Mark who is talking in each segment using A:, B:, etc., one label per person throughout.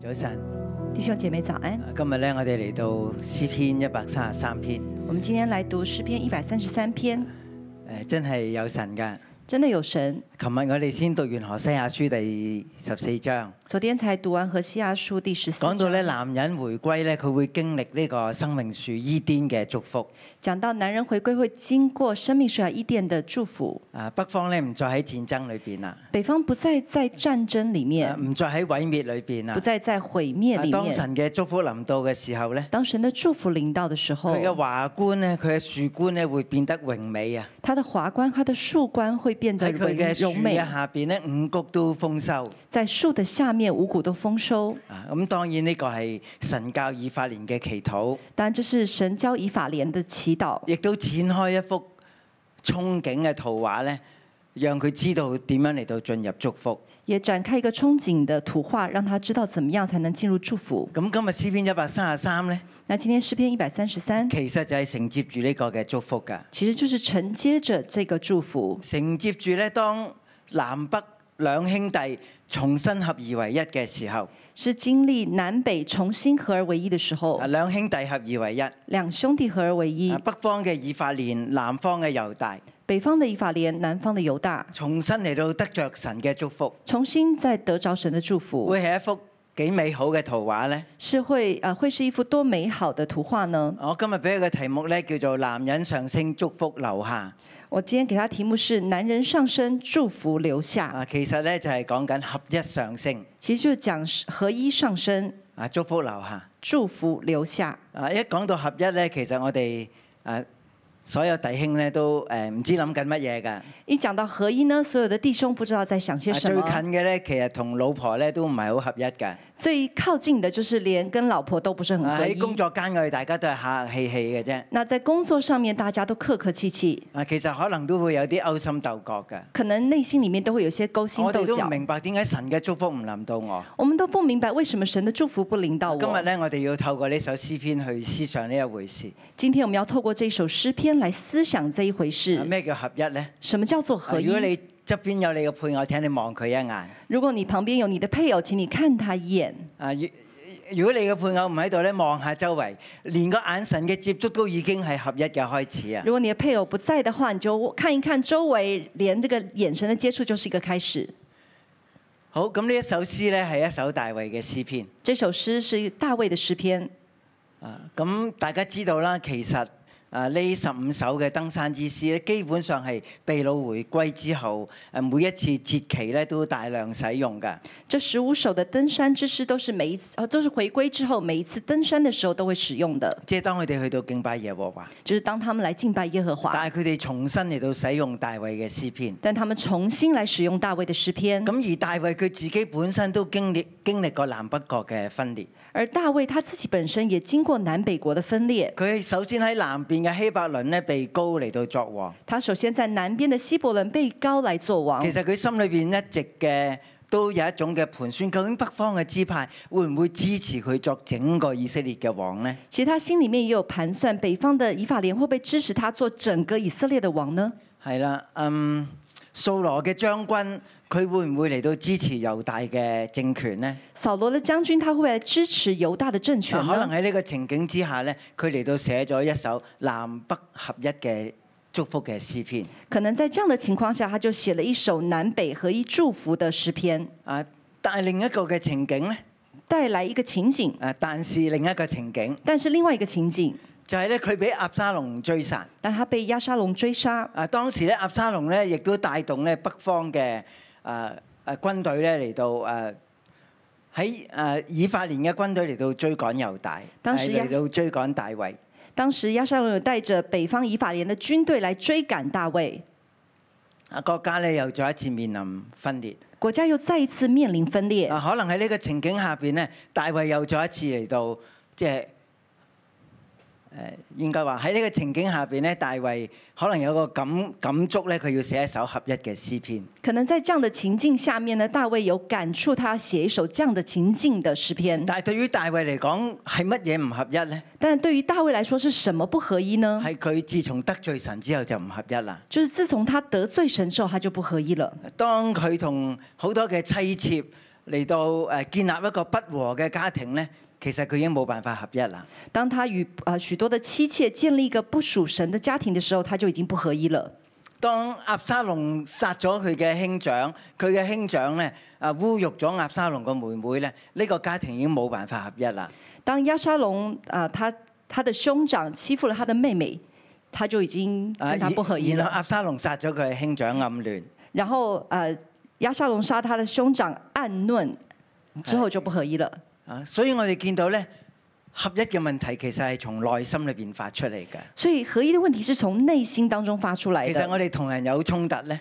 A: 早晨，
B: 弟兄姐妹早安，
A: 今日咧我哋嚟到詩篇一百三十三篇，
B: 我们今天来读诗篇一百三十三篇，
A: 誒真係有神噶。
B: 真的有神。
A: 琴日我哋先讀完何西亞書第十四章，
B: 昨天才读完《何西阿书》第十四
A: 講到
B: 章，
A: 咧男人回歸咧，佢會經歷呢個生命樹伊甸嘅祝福。
B: 讲到男人回归会经过生命树和伊甸的祝福，
A: 啊，北方咧唔再喺戰爭裏邊啦，
B: 北方不再在战争里
A: 啊
B: 面，
A: 唔再喺毀滅裏邊啦
B: 不。再在毁灭
A: 啊
B: 里
A: 當
B: 面。
A: 神嘅祝福臨到嘅時候咧，
B: 当神的祝福临到的时候
A: 佢，嘅華冠咧，佢嘅樹冠咧會變得榮美啊！
B: 他的华冠、他的树冠会变得
A: 喺佢嘅樹
B: 柔
A: 嘅，
B: 美
A: 下邊咧，五谷都豐收。
B: 在树的下面五谷都丰收。
A: 啊，咁當然呢個係神教以法蓮嘅祈禱，
B: 当然，这是神交以法莲的祈祷，
A: 亦都展開一幅憧憬嘅圖畫咧，讓佢知道點樣嚟到進入祝福。
B: 也展开一个憧憬的图画，让他知道怎么样才能进入祝福。
A: 咁今日詩篇一百三十三咧，
B: 那今天诗篇一百三十三，
A: 其實就係承接住呢個嘅祝福㗎，
B: 其实就是承接着这个祝福，
A: 承接住咧當南北兩兄弟重新合二為一嘅時候，
B: 是经历南北重新合而为一的时候
A: 啊，兩兄弟合二為一，啊
B: 两兄弟合而为一，
A: 北方嘅以法蓮，南方嘅猶大，
B: 北方的以法莲，南方的犹大，
A: 重新嚟到得着神嘅祝福，
B: 重新再得着神的祝福，
A: 會係一幅幾美好嘅圖畫咧。
B: 是会啊、会是一幅多美好的图画呢？
A: 我今日俾佢嘅題目咧叫做男人上升祝福留下
B: 我今天给他题目是“男人上升，祝福留下
A: 啊，其實咧就係講緊合一上升”，
B: 其实就是讲合一上升，
A: 啊，祝福留下
B: 祝福留下。
A: 啊。一講到合一咧，其實我哋啊所有弟兄咧都誒唔知諗緊乜嘢㗎。啊
B: 一讲到合一呢，所有的弟兄不知道在想些
A: 最
B: 什
A: 近
B: 么。
A: 嘅咧，其實同老婆咧都唔係好合一㗎。
B: 最靠近的就是连跟老婆都不是很
A: 啊
B: 合
A: 喺
B: 一。
A: 工作間我哋大家都係客客氣氣嘅啫。
B: 那在工作上面，大家都客客气气，
A: 啊，其實可能都會有啲勾心鬥角㗎。
B: 可能内心里面都会有些勾心
A: 我
B: 斗
A: 哋都
B: 角
A: 唔。明白點解神嘅祝福唔臨到我。
B: 我们都不明白为什么神的祝福不临到我。
A: 今日咧，我哋要透過呢首詩篇去思想呢一回事。
B: 今天我们要透过这首诗篇来思想这一回事。
A: 啊咩叫合一咧？
B: 什么叫做
A: 啊
B: 合一
A: 如？果你側邊有你嘅配偶，請你望佢一眼。啊，
B: 如果你旁边有你的配偶，请你看他一眼。
A: 如如果你嘅配偶唔喺度咧，望下周圍，連個眼神嘅接觸都已經係合一嘅開始啊！
B: 如果你的配偶不在的话，你就看一看周围，连这个眼神的接触就是一个开始。
A: 好，咁呢一首詩咧係一首大衛嘅詩篇
B: 这首诗是大卫的诗篇。
A: 啊。咁大家知道啦，其實啊呢十五首嘅登山之詩咧，基本上係被擄回歸之後，誒每一次節期咧都大量使用㗎。
B: 这十五首的登山之诗都是每一次，呃，都是回归之后每一次登山的时候都会使用的，
A: 即係當佢哋去到敬拜耶和華，
B: 就是当他们来敬拜耶和华，
A: 但係佢哋重新嚟到使用大衛嘅詩篇。
B: 但他们重新来使用大卫的诗篇。
A: 咁而大衛佢自己本身都經歷經歷過南北國嘅分裂，
B: 而大衛他自己本身也经过南北国的分裂，
A: 佢首先喺南邊嘅希伯倫咧被高嚟到作王，
B: 他首先在南邊的希伯伦被高来做王
A: 其。實佢心裏邊一直嘅都有一種嘅盤算，究竟北方嘅支派會唔會支持佢作整個以色列嘅王呢？
B: 其实他心里面也有盘算，北方的以法莲会不会支持他做整个以色列的王呢？
A: 係啦，嗯，掃羅嘅將軍佢會唔會嚟到支持猶大嘅政權呢？
B: 扫罗的将军他会不会来支持犹大的政权
A: 嗱可能
B: 呢？
A: 喺呢個情景之下呢，佢嚟到寫咗一首南北合一嘅祝福嘅詩篇。
B: 可能在这样的情况下，他就写了一首南北合一祝福的诗篇。
A: 啊，但係另一個嘅情景呢。
B: 带来一个情景，
A: 誒，但是另一個情景
B: 但是另外一个情景，
A: 就係咧，佢俾押沙龍追殺。
B: 但他被押沙龙追杀，
A: 啊，當時咧，押沙龍咧亦都帶動咧北方嘅啊誒誒軍隊咧嚟到誒喺誒以法蓮嘅軍隊嚟到追趕猶大，
B: 當時
A: 係
B: 押
A: 嚟到追趕大衛。
B: 当时押沙龙有带着北方以法莲的军队来追赶大卫，
A: 啊，國家咧又再一次面臨分裂。
B: 国家又再一次面临分裂。
A: 啊，可能喺呢個情景下邊咧，大衛又再一次嚟到即呃係。誒應該話喺呢個情景下邊咧，大衛可能有個感感觸咧，佢要寫一首合一嘅詩篇。
B: 可能在这样的情境下面呢，大卫有感触，他写一首这样的情境的诗篇。
A: 但係對於大衛嚟講，係乜嘢唔合一呢？
B: 但对于大卫来说，是什么不合一呢？
A: 係佢自從得罪神之後就唔合一啦。
B: 就是啊自从他得罪神之后，他就不合一了。
A: 當佢同好多嘅妻妾嚟到誒建立一個不和嘅家庭咧，其實佢已經冇辦法合一啦。
B: 当他与啊许多的妻妾建立一个不属神的家庭的时候，他就已经不合一了。
A: 當押沙龍殺咗佢嘅兄長，佢嘅兄長咧啊侮辱咗押沙龍個妹妹咧，呢、個家庭已經冇辦法合一啦。
B: 当亚沙龙啊、他他的兄长欺负了他的妹妹，他就已经
A: 啊，
B: 跟他
A: 然
B: 不合一
A: 然後
B: 了。
A: 押沙龍殺咗佢嘅兄長暗亂，
B: 然后呃，亚沙龙杀他的兄长暗嫩之后就不合一了。
A: 啊，所以我哋見到咧合一嘅問題其實係從內心裏邊發出嚟嘅。
B: 所以合一的问题是从内心当中发出来
A: 其實
B: 的。
A: 我哋同人有衝突咧，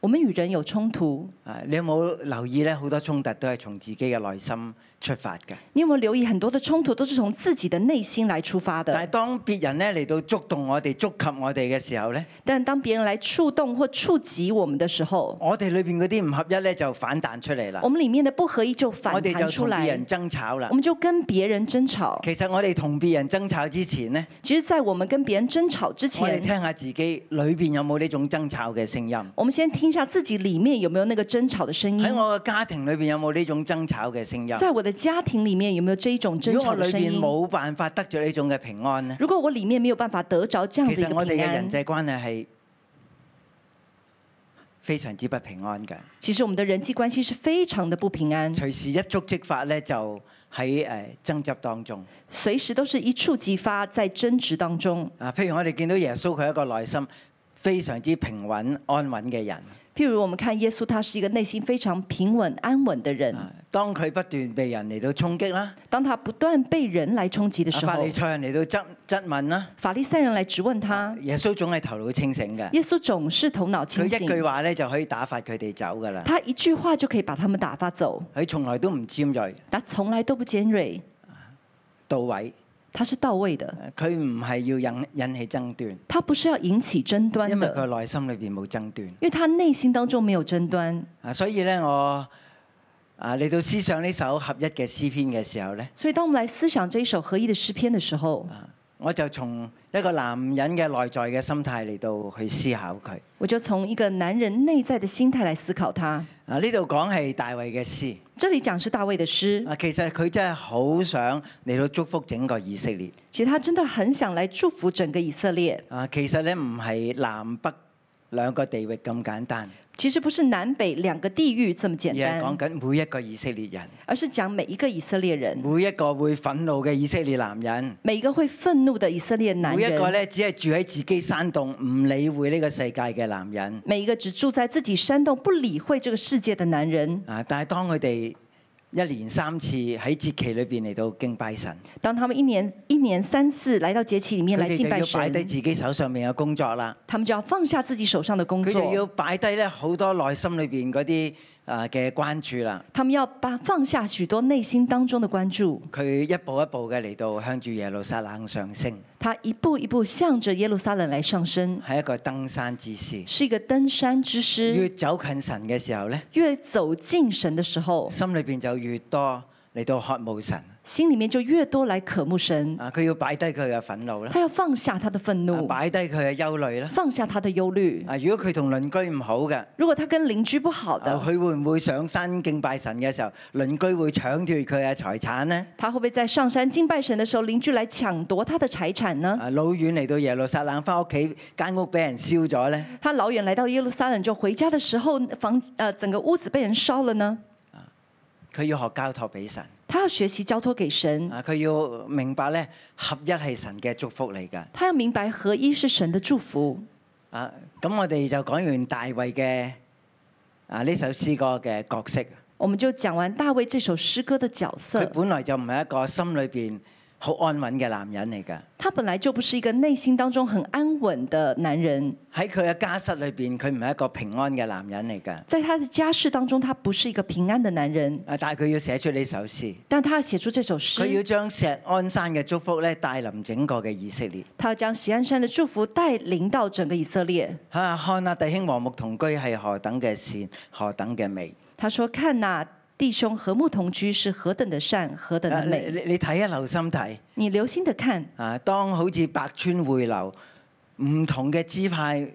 B: 我们与人有冲突，
A: 啊，你有冇留意咧？好多衝突都係從自己嘅內心出發嘅。
B: 你有没有留意很多的冲突都是从自己的内心来出发
A: 但係
B: 的？
A: 當別人咧嚟到觸動我哋、觸及我哋嘅時候咧，
B: 但当别人来触动或触及我们的时候，
A: 我哋裏邊嗰啲唔合一咧就反彈出嚟啦
B: 我。们里面的不合一就
A: 啊我
B: 反
A: 哋就
B: 弹
A: 同
B: 出
A: 別
B: 来
A: 人，爭吵啦
B: 我。们就跟别人争吵。
A: 其實我哋同別人爭吵之前呢，
B: 其实，在我们跟别人争吵之
A: 我哋
B: 前
A: 聽，下自己裏邊有冇呢種爭吵嘅聲音，
B: 我们先听一下自己里面有没有那个争吵的声音
A: 喺，哎我嘅家庭裏邊有冇呢種爭吵嘅聲音。
B: 在我的家庭里面有没有这一种争
A: 如果
B: 吵
A: 我裏
B: 的声
A: 邊
B: 音？
A: 冇辦法得咗呢種嘅平安呢，
B: 如果我里面没有办法得着这样
A: 其
B: 的一
A: 實我
B: 个
A: 哋嘅
B: 平
A: 人
B: 安，
A: 際關係係非常之不平安嘅，
B: 其实我们的人际關係是非常的不平安，
A: 隨時一觸即發咧，就喺誒爭執當中。
B: 隨時都是一觸即發，在爭執當中。
A: 啊，譬如我哋見到耶穌，佢係一個內心非常之平穩安穩嘅人。
B: 譬如我們看耶穌，他是一個內心非常平穩安穩的人。
A: 啊，當佢不斷被人嚟到衝擊啦，
B: 当他不斷被人來衝擊的
A: 啊
B: 時
A: 法
B: 候
A: 利，賽人嚟到質質問啦，
B: 法利賽人來質問他，
A: 耶穌總係頭腦清醒嘅，
B: 耶穌總是頭
A: 佢
B: 腦清
A: 一句
B: 醒，
A: 話咧就啊可以打發佢哋走噶啦。
B: 他一句話就可以把他們打發走，
A: 佢從來都唔尖鋭
B: 他從來都不尖锐，
A: 到位，
B: 他是到位的。
A: 佢唔係要引引起爭端，
B: 他不是要引起爭端
A: 因為
B: 的，
A: 佢內心裏邊冇爭端
B: 因為他內心當中沒有爭端。
A: 啊。所以咧，我啊嚟到思想呢首合一嘅詩篇嘅時候咧，
B: 所以，當我們來思想這一首合一的詩篇的時候，
A: 啊我就從一個男人嘅內在嘅心態嚟到去思考佢
B: 我就從一個男人內在的心態來思考他。
A: 啊。呢度講係大衛嘅詩。
B: 這裡講是大衛的詩，
A: 啊，其實佢真係好想嚟到祝福整個以色列。
B: 其實他真的很想來祝福整個以色列。
A: 啊，其實咧唔係南北兩個地域咁簡單，
B: 其實不是南北兩個地域這麼
A: 而
B: 簡
A: 係講
B: 單，
A: 緊每一個以色列人，
B: 而是講每一個以色列人，
A: 每一個會憤怒嘅以色列男人，
B: 每一個會憤怒的以色列男
A: 每一個
B: 人，
A: 咧只係住喺自己山洞唔理會呢個世界嘅男人。
B: 每一個只住在自己山洞不理會這個世界的男人。
A: 啊，但係當佢哋一連三次喺節期裏邊嚟到敬拜神，
B: 當他們一年一年三次來到節期裡面
A: 佢
B: 來
A: 哋就
B: 敬拜
A: 要擺
B: 神，
A: 低自己手上面嘅工作啦。
B: 他們就要放下自己手上的工
A: 佢就
B: 作，
A: 要擺低咧好多內心裏邊嗰啲啊嘅關注啦。
B: 他們要把放下許多內心當中的關注，
A: 佢一步一步嘅嚟到向住耶路撒冷上升，
B: 他一步一步向着耶路撒冷來上升，
A: 係一個登山之師。
B: 是一個登山之
A: 越
B: 師。
A: 走近神嘅時候呢，
B: 越走近神的時候，
A: 心裏邊就越多嚟到渴慕神。
B: 心裡面就越多來渴慕神，
A: 啊，佢要擺低佢嘅憤怒啦，
B: 他要放下他的憤
A: 啊
B: 怒，
A: 擺低佢嘅憂慮啦。
B: 放下他的憂慮。
A: 啊，如果佢同鄰居唔好嘅，啊
B: 如果他跟鄰居不好
A: 佢、
B: 的，
A: 會唔會上山敬拜神嘅時候，鄰居會搶奪佢嘅財產呢？
B: 他會不會在上山敬拜神的時候，鄰居來搶奪他的財產呢？
A: 啊，老遠嚟到耶路撒冷，翻屋企間屋俾人燒咗呢？
B: 他老遠來到耶路撒冷，就回家的時候，房呃整個屋子被人燒了呢。
A: 佢要學交託俾神。
B: 他要學習交托給神，
A: 啊，佢要明白呢，合一係神嘅祝福嚟㗎。
B: 他要明白合一是神的祝福。
A: 啊，咁我哋就講完大衛嘅啊呢首詩歌嘅角色，
B: 我們就講完大衛這首詩歌的角
A: 佢
B: 色，
A: 本來就唔係一個心裏邊好安穩嘅男人嚟㗎。
B: 他本來就不是一個內心當中很安穩的男人，
A: 喺佢嘅家室裏邊，佢唔係一個平安嘅男人嚟㗎。
B: 在他的家世當中，他不是一個平安的男人，
A: 啊，但係佢要寫出呢首詩，
B: 但他要寫出這首
A: 佢要
B: 詩，
A: 將錫安山嘅祝福咧帶臨整個嘅以色列。
B: 他要將錫安山的祝福帶領到整個以色列。
A: 啊，看啊，弟兄和睦同居係何等嘅善，何等嘅美。
B: 他說：“看哪、弟兄和睦同居是何等的善，何等
A: 啊
B: 的
A: 你
B: 美。
A: 你你睇一留心睇。
B: 你留心的看，
A: 啊，當好似百川匯流，唔同嘅支派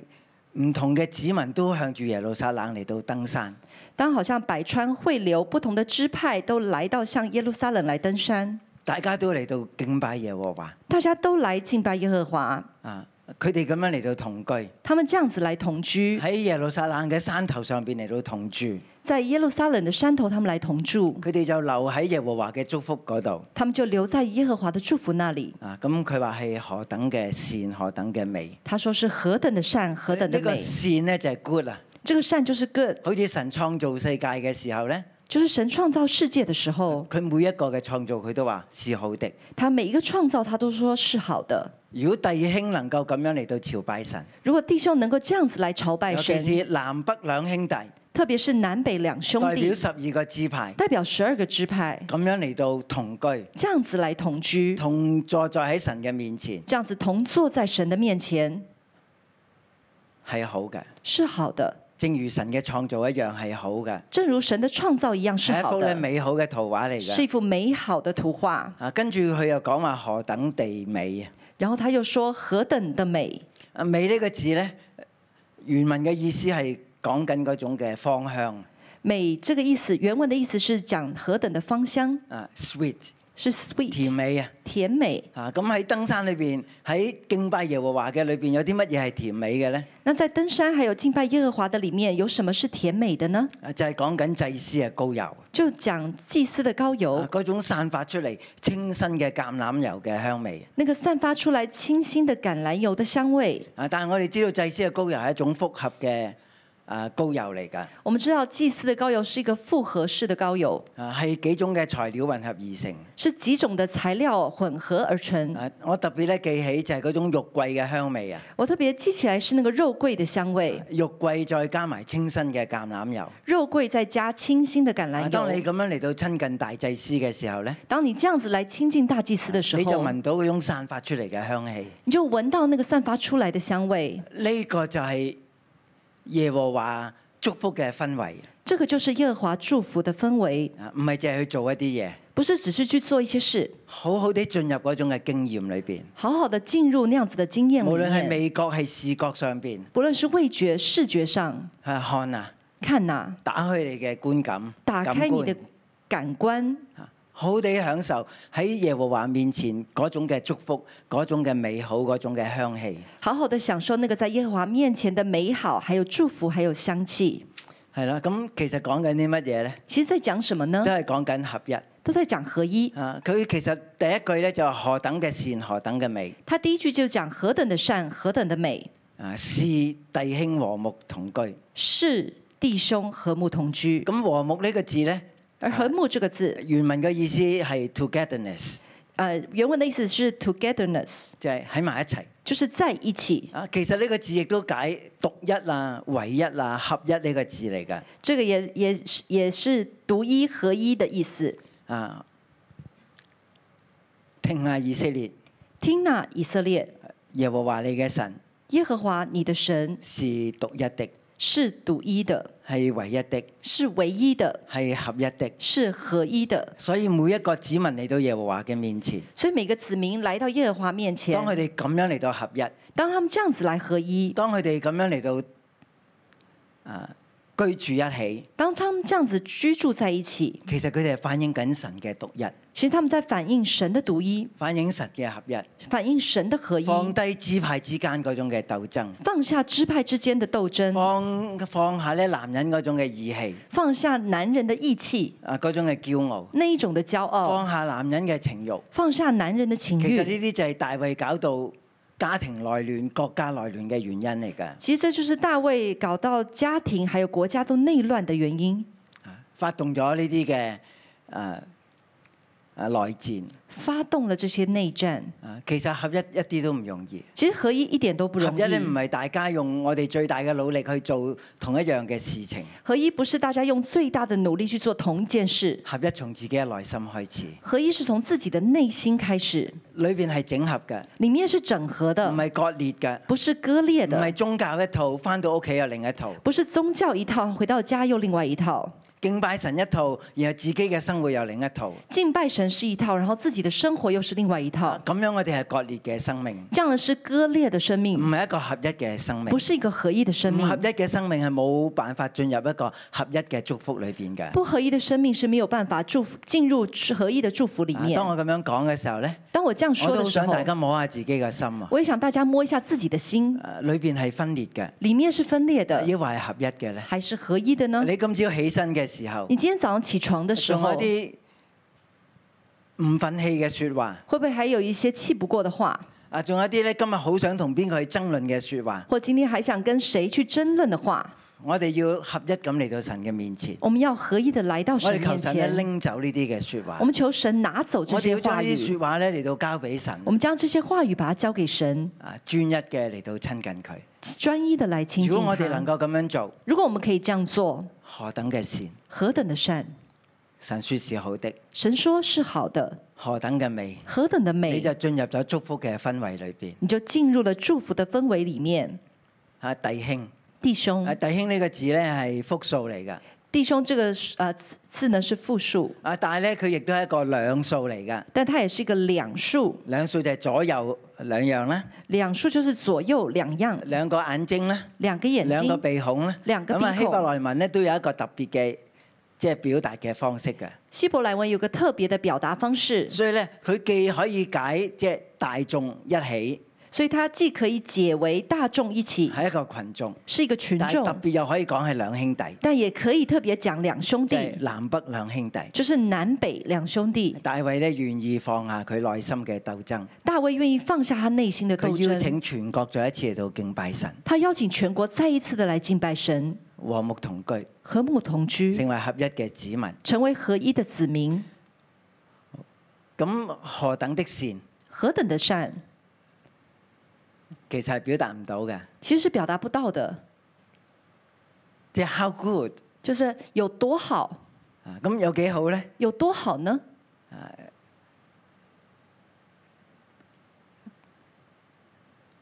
A: 唔同嘅子民都向住耶路撒冷嚟到登山。
B: 当好像百川汇流，不同的支派都来到向耶路撒冷来登山，
A: 大家都嚟到敬拜耶和華
B: 大家都来敬拜耶和华，
A: 啊！佢哋咁樣嚟到同居，
B: 他们这样子来同居，
A: 喺耶路撒冷嘅山頭上邊嚟到同住，
B: 在耶路撒冷的山头，他們來同住，
A: 佢哋就留喺耶和華嘅祝福嗰度
B: 他們就留在耶和華的祝福那裡。
A: 啊！咁佢話係何等嘅善，何等嘅美。
B: 他說是何等的善，何等
A: 呢
B: 的
A: 個
B: 美。
A: 善呢，就係 good 啊，
B: 這個善就是 good，
A: 好似神創造世界嘅時候呢，
B: 就是神創造世界的時候，
A: 佢每一個嘅創造佢都話是好的。
B: 他每一個創造他都說是好的。
A: 如果弟兄能夠咁樣嚟到朝拜神，
B: 如果弟兄能夠這樣子來朝拜
A: 尤其
B: 神，
A: 是南北兩兄弟，
B: 特別是南北兩兄
A: 代表
B: 弟，
A: 十二個支派，
B: 代表十二個支派，
A: 咁樣嚟到同居，
B: 這樣子來同居，
A: 同坐在喺神嘅面前
B: 這樣子同坐在神的面前
A: 係好嘅，
B: 是好的，
A: 正如神嘅創造一樣係好嘅，
B: 正如神的創造一樣是
A: 係一
B: 好
A: 幅咧
B: 的，
A: 美好嘅圖畫嚟
B: 是
A: 嘅。
B: 一幅美好的圖畫。
A: 啊，跟住佢又講話何等地美啊！
B: 然後他又說何等的美，
A: 啊美呢個字呢，原文嘅意思係講緊嗰種嘅芳香
B: 美這個意思，原文的意思是講何等的芳香，
A: 啊，sweet
B: 是
A: 甜
B: sweet
A: 美啊！
B: 甜美。
A: 啊，咁喺登山裏邊，喺敬拜耶和華嘅裏邊，有啲乜嘢係甜美嘅呢？
B: 那在登山還有敬拜耶和華的裡面，有什麼是甜美的呢？
A: 啊，就係講緊祭司嘅膏油，啊
B: 就講祭司的膏油，
A: 嗰種散發出嚟清新嘅橄欖油嘅香味。
B: 那個散發出來清新的橄欖油的香味。
A: 啊，但係我哋知道祭司嘅膏油係一種複合嘅啊膏油嚟㗎，
B: 我們知道祭司的膏油是一個複合式的膏油，
A: 啊係幾種嘅材料混合而成。
B: 是幾種的材料混合而成。
A: 啊，我特別咧記起就係嗰種肉桂嘅香味啊，
B: 我特別記起來是那個肉桂的香味，
A: 肉桂再加埋清新嘅橄欖油。
B: 肉桂再加清新的橄
A: 啊，
B: 欖
A: 當你
B: 油。
A: 咁樣嚟到親近大祭司嘅時候咧，
B: 當你這樣子來親近大祭司的時
A: 啊你就
B: 候，
A: 聞到嗰種散發出嚟嘅香氣。
B: 你就聞到那個散發出來的香味。
A: 呢、個就係耶和華祝福嘅氛圍，
B: 這個就是耶和華祝福的氛圍，
A: 啊，唔係淨係去做一啲嘢，
B: 不是只是去做一些事，
A: 好好地進入嗰種嘅經驗裏邊。
B: 好好的進入那樣子的經驗
A: 無論
B: 裡
A: 係
B: 面。
A: 味覺係視覺上邊，
B: 不論是味覺、視覺上，
A: 啊看啊，
B: 看呐、
A: 打開你嘅觀感，
B: 打
A: 感
B: 開你的
A: 官
B: 感官，
A: 啊好好地享受喺耶和華面前嗰種嘅祝福，嗰種嘅美好，嗰種嘅香氣，
B: 好好的享受那個在耶和華面前的美好，還有祝福，還有香氣。
A: 係啦。咁其實講緊啲乜嘢呢？
B: 其實，在講什麼呢
A: 都？係講緊合一
B: 都在講合一。
A: 啊！佢其實第一句呢，就係何等嘅善，何等嘅美
B: 他第一句就講何等的善，何等的美，
A: 啊！是弟兄和睦同居。
B: 是弟兄和睦同居。
A: 咁和睦呢個字呢，
B: 而和睦這個字，
A: 原文嘅意思係 togetherness，
B: 呃，原文的意思是 togetherness，
A: 就係喺埋一齊。
B: 就是在一起。
A: 啊，其實呢個字亦都解獨一啊、唯一啊、合一呢個字嚟㗎。
B: 這個也也是也是獨一合一的意思。
A: 啊，聽下以色列，
B: 聽那以色列，
A: 耶和華你嘅神
B: 耶和華你的神
A: 是獨一的，
B: 是獨一的，
A: 係唯一的，
B: 是唯一的，
A: 係合一的。
B: 是合一的。
A: 所以每一個子民嚟到耶和華嘅面前，
B: 所以每個子民來到耶和華面前
A: 當，佢哋咁樣嚟到合一，
B: 當他們這樣子來合一，
A: 當佢哋咁樣嚟到啊居住一起，
B: 當他們這樣子居住在一起，
A: 其實佢哋係反映緊神嘅獨一，
B: 其實他們在反映神的獨一，
A: 反映神嘅合一，
B: 反映神的合一，
A: 放
B: 放
A: 低支派之間嗰種嘅鬥爭，
B: 下支派之間的鬥爭，
A: 放放下咧男人嗰種嘅義氣
B: 放下男人的義氣
A: 啊嗰種嘅驕傲，
B: 那一種的驕傲，
A: 放下男人嘅情慾。
B: 放下男人的情
A: 其實
B: 慾。
A: 呢啲就係大衛搞到家庭內亂、國家內亂嘅原因嚟㗎。
B: 其實這就是大衛搞到家庭還有國家都內亂的原因，
A: 發動咗呢啲嘅誒誒內戰
B: 發動了這些內戰。
A: 啊，其實合一一啲都唔容易。
B: 其實合一一點都不
A: 合
B: 容
A: 一咧唔
B: 易，
A: 係大家用我哋最大嘅努力去做同一樣嘅事情，
B: 合一不是大家用最大的努力去做同一件事，
A: 合一從自己嘅內心開始，
B: 合一是從自己的內心開始，
A: 裏邊係整合嘅，
B: 裡面是整合
A: 唔
B: 的，
A: 係割裂嘅，
B: 不是割裂
A: 唔係
B: 的，
A: 宗教一套，翻到屋企又另一套。
B: 不是宗教一套，回到家又另外一套。
A: 敬拜神一套，然後自己嘅生活又另一套。
B: 敬拜神是一套，然后自己的生活又是另外一套，
A: 啊咁樣我哋係割裂嘅生命，
B: 这样的是割裂的生
A: 唔
B: 命，
A: 係一個合一嘅生命
B: 不。是一个合一的生
A: 唔合
B: 命。
A: 一嘅生命係冇辦法進入一個合一嘅祝福裏邊嘅。
B: 不合一的生命是没有办法祝福进入合一的祝福里
A: 啊
B: 面
A: 當。我咁樣講嘅時候呢，
B: 当我这样
A: 我
B: 说
A: 都
B: 的
A: 好
B: 时
A: 想
B: 候，
A: 大家摸下自己嘅心啊。
B: 我也想大家摸一下自己的心，
A: 誒裏邊係分裂嘅，
B: 里面是分裂的
A: 抑或係合一嘅呢？
B: 还是合一的呢？
A: 你今朝起身嘅時候
B: 你，今天早嗯上起床的时
A: 仲
B: 候
A: 有，啲唔憤氣嘅説話，
B: 会不会还有一些气不過的话，
A: 啊，仲有啲呢，今日好想同邊個去爭論嘅説話，
B: 或今天还想跟谁去争论的话？
A: 我哋要合一咁嚟到神嘅面前，
B: 我们要合一的来到
A: 我
B: 神
A: 哋求
B: 面
A: 神咧
B: 前，
A: 拎走呢啲嘅説話
B: 我，們求神拿走这
A: 我哋
B: 些
A: 要將
B: 话
A: 呢啲
B: 语，
A: 説話咧嚟到交俾神
B: 我，们将这些话语把它交给神，
A: 啊，專一嘅嚟到親近佢。
B: 专一的来亲
A: 如
B: 近
A: 果我哋能
B: 他。
A: 夠咁樣做，
B: 如果我们可以这样做，
A: 何等嘅善！
B: 何等的善，
A: 神説是好的，
B: 神说是好的，
A: 何等嘅美，
B: 何等的
A: 你
B: 美，
A: 就進入咗祝福嘅氛圍裏邊。
B: 你就进入了祝福的氛围里面。
A: 啊，弟兄，
B: 弟
A: 啊，
B: 兄，
A: 弟兄呢個字咧係複數嚟㗎，
B: 弟兄这个呃字字呢是复数，
A: 啊，但係咧佢亦都係一個兩數嚟㗎，
B: 但它也是一个两数，
A: 兩數就係左右兩樣啦，
B: 两数就是左右两样，
A: 兩個眼睛啦，
B: 两个眼
A: 兩個
B: 睛。
A: 鼻孔啦，
B: 兩個
A: 咁
B: 鼻孔
A: 啊希伯來文咧都有一個特別嘅即係表達嘅方式㗎，
B: 希伯来文有个特别的表达方式，
A: 所以咧佢既可以解即係大眾一起
B: 所以它既可以解为大众一起，
A: 係一個群眾，
B: 是一个嗯群
A: 但係特
B: 众，
A: 別又可以講係兩兄弟，
B: 但也可以特别讲两兄
A: 即係
B: 弟，
A: 南北兩兄弟。
B: 就是南北两兄弟。
A: 大衛咧願意放下佢內心嘅鬥爭，
B: 大卫愿意放下他内心的
A: 佢
B: 斗
A: 邀
B: 争，
A: 請全國再一次嚟到敬拜神，
B: 他邀请全国再一次的来敬拜神，
A: 和睦同居，
B: 和睦同居，
A: 成為合一嘅子民。
B: 成为合一的子民。
A: 咁何等的善，
B: 何等的善，
A: 其實係表達唔到嘅，
B: 其实是表达不到的，
A: 即係 how good
B: 就是有多好，
A: 啊！咁有幾好呢？
B: 有多好呢？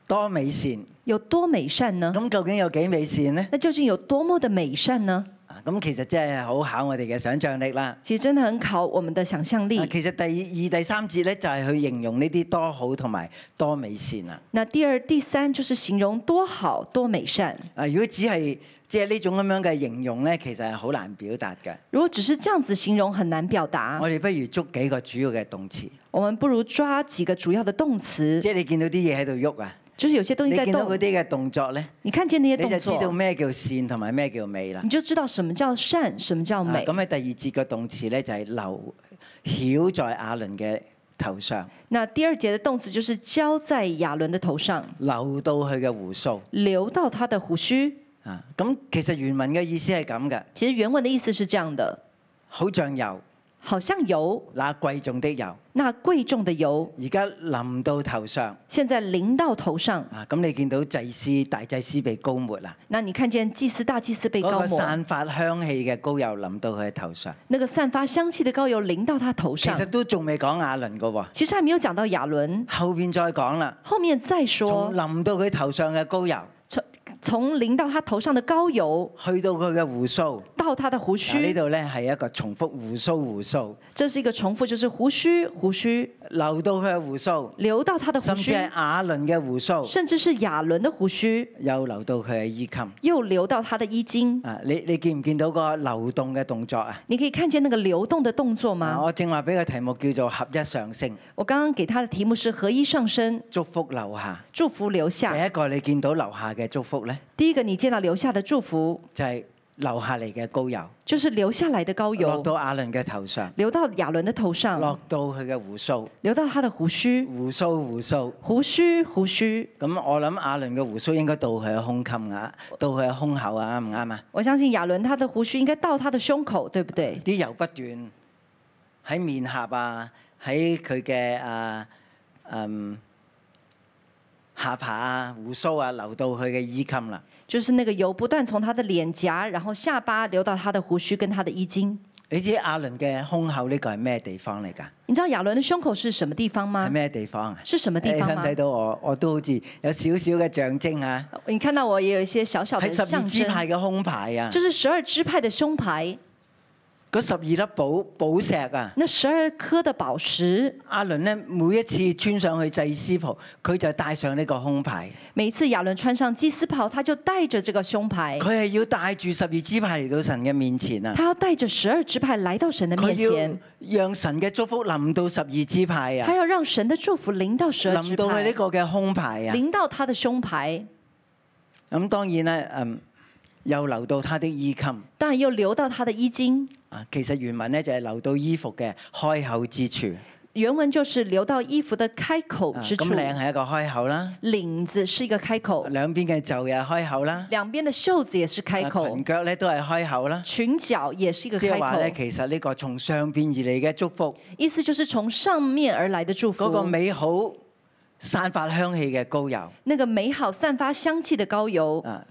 A: 多美善，
B: 有多美善呢？
A: 咁究竟有幾美善呢？
B: 那究竟有多么的美善呢？
A: 啊咁其實真係好考我哋嘅想像力啦。
B: 其实真的很考我们的想象
A: 啊
B: 力。
A: 其實第二、第三節呢，就係去形容呢啲多好同埋多美善啦。
B: 那第二、第三就是形容多好、多美善。
A: 啊，如果只係即係呢種咁樣嘅形容呢，其實係好難表達嘅。
B: 如果只是这样子形容，很难表达。
A: 我哋不如捉幾個主要嘅動詞，
B: 我们不如抓几个主要的动词，
A: 即係你見到啲嘢喺度喐啊，
B: 就是有些东
A: 你
B: 西在
A: 見到
B: 动
A: 嗰，啲嘅動作呢，
B: 你看见那些
A: 你就
B: 动
A: 知道
B: 作，
A: 咩叫善同埋咩叫美啦
B: 你。就知道什么叫善，什么叫
A: 啊
B: 哦美
A: 咁。喺第二節嘅動詞咧就係流曉在亞倫嘅頭上，
B: 那第二节的动词就是浇在亚伦的头上，
A: 流到佢嘅胡鬚
B: 流到他的胡须。
A: 啊！咁其實原文嘅意思係咁嘅，
B: 其实原文的意思是这样的，
A: 好像油，
B: 好像油，
A: 那貴重的油，
B: 那贵重的油，
A: 而家淋到頭上
B: 现在淋到头上。
A: 啊！咁你見到祭司大祭司被高抹啦，
B: 那你看见祭司大祭司被
A: 嗰
B: 高
A: 個
B: 抹，
A: 散發香氣嘅膏油淋到佢嘅頭上，
B: 那个散发香气的膏油淋到他头
A: 其
B: 上
A: 實。都仲未講亞倫嘅喎，
B: 其实还没有讲到亚伦，
A: 後邊再講啦。
B: 后面再
A: 從
B: 说，
A: 淋到佢頭上嘅膏油，
B: 从从淋到他头上的膏油
A: 去到佢嘅胡鬚，
B: 到他的胡
A: 嗱呢
B: 须，
A: 度咧係一個重複胡鬚胡鬚。
B: 这是一个重复，就是胡须胡须
A: 流到佢嘅胡鬚，
B: 流到他的胡
A: 甚至
B: 须，
A: 係亞倫嘅胡鬚，
B: 甚至是亚伦的胡须，
A: 又流到佢嘅衣襟。
B: 又流到他的衣襟。
A: 啊，你你見唔見到個流動嘅動作啊？
B: 你可以看见那个流动的动作
A: 啊
B: 吗？
A: 我正話俾個題目叫做合一上升，
B: 我刚刚给他的题目是合一上升，
A: 祝福流下。
B: 祝福留
A: 第
B: 下。
A: 一個你見到流下嘅祝福呢，
B: 第一个，你见到留下的祝福
A: 就係、流下嚟嘅膏油，
B: 就是留下来的膏
A: 落
B: 油，
A: 到亞倫嘅頭上，
B: 流到亚伦的头上，
A: 落到佢嘅胡鬚，
B: 流到他的胡须。
A: 胡鬚胡鬚。
B: 胡须，胡须。
A: 咁我諗亞倫嘅胡鬚應該到佢嘅胸襟啊，到佢嘅胸口啊，啱唔啱啊？
B: 我相信亚伦他的胡须应该到他的胸口，对不对？
A: 啲油不斷喺面頰啊，喺佢嘅啊嗯下巴啊、胡鬚啊，流到佢嘅衣襟啦。
B: 就是那个油不断从他的脸颊，然后下巴流到他的胡须跟他的衣襟。
A: 你知阿倫嘅胸口呢個係咩地方嚟㗎？
B: 你知道亚伦的胸口是什么地方
A: 係
B: 吗？
A: 咩地方啊？
B: 是什么
A: 你
B: 地
A: 睇
B: 方
A: 唔
B: 吗
A: 睇？到我？我都好似有少少嘅象徵啊，
B: 你看到我也有一些小小的
A: 喺十二
B: 象
A: 支
B: 征，
A: 派嘅胸牌啊
B: 就。是十二支派的胸牌。
A: 嗰十二粒寶寶石啊，
B: 那十二颗的宝石，
A: 阿倫咧每一次穿上去祭司袍，佢就戴上呢個胸牌，
B: 每一次亚伦穿上祭司袍，他就带着这个胸牌，
A: 佢係要帶住十二支派嚟到神嘅面前啊！
B: 他要带着十二支派来到神的
A: 佢
B: 面前，
A: 要讓神嘅祝福臨到十二支派
B: 他
A: 啊，
B: 要让神的祝福临到十二
A: 臨
B: 支
A: 到去呢
B: 派，
A: 個嘅胸牌啊！
B: 临到他的胸牌，
A: 咁當然咧，嗯，又流到他的衣襟
B: 当然又流到他的衣襟。
A: 啊。其實原文咧就係流到衣服嘅開口之處。
B: 原文就是流到衣服的开口
A: 啊啊
B: 之
A: 咁
B: 处，
A: 領係一個開口啦，
B: 领子是一个开口，
A: 兩邊嘅袖又係開口啦，
B: 两边的袖子也是开
A: 啊
B: 口
A: 裙，腳咧都係開口啦。
B: 裙角也是一个
A: 即
B: 开
A: 係話咧，
B: 口。
A: 其實呢個從上邊而嚟嘅祝福，
B: 意思就是从上面而来的祝
A: 嗰、個
B: 福，
A: 美好散發香氣嘅膏油
B: 那个美好散發香氣的膏油，
A: 啊，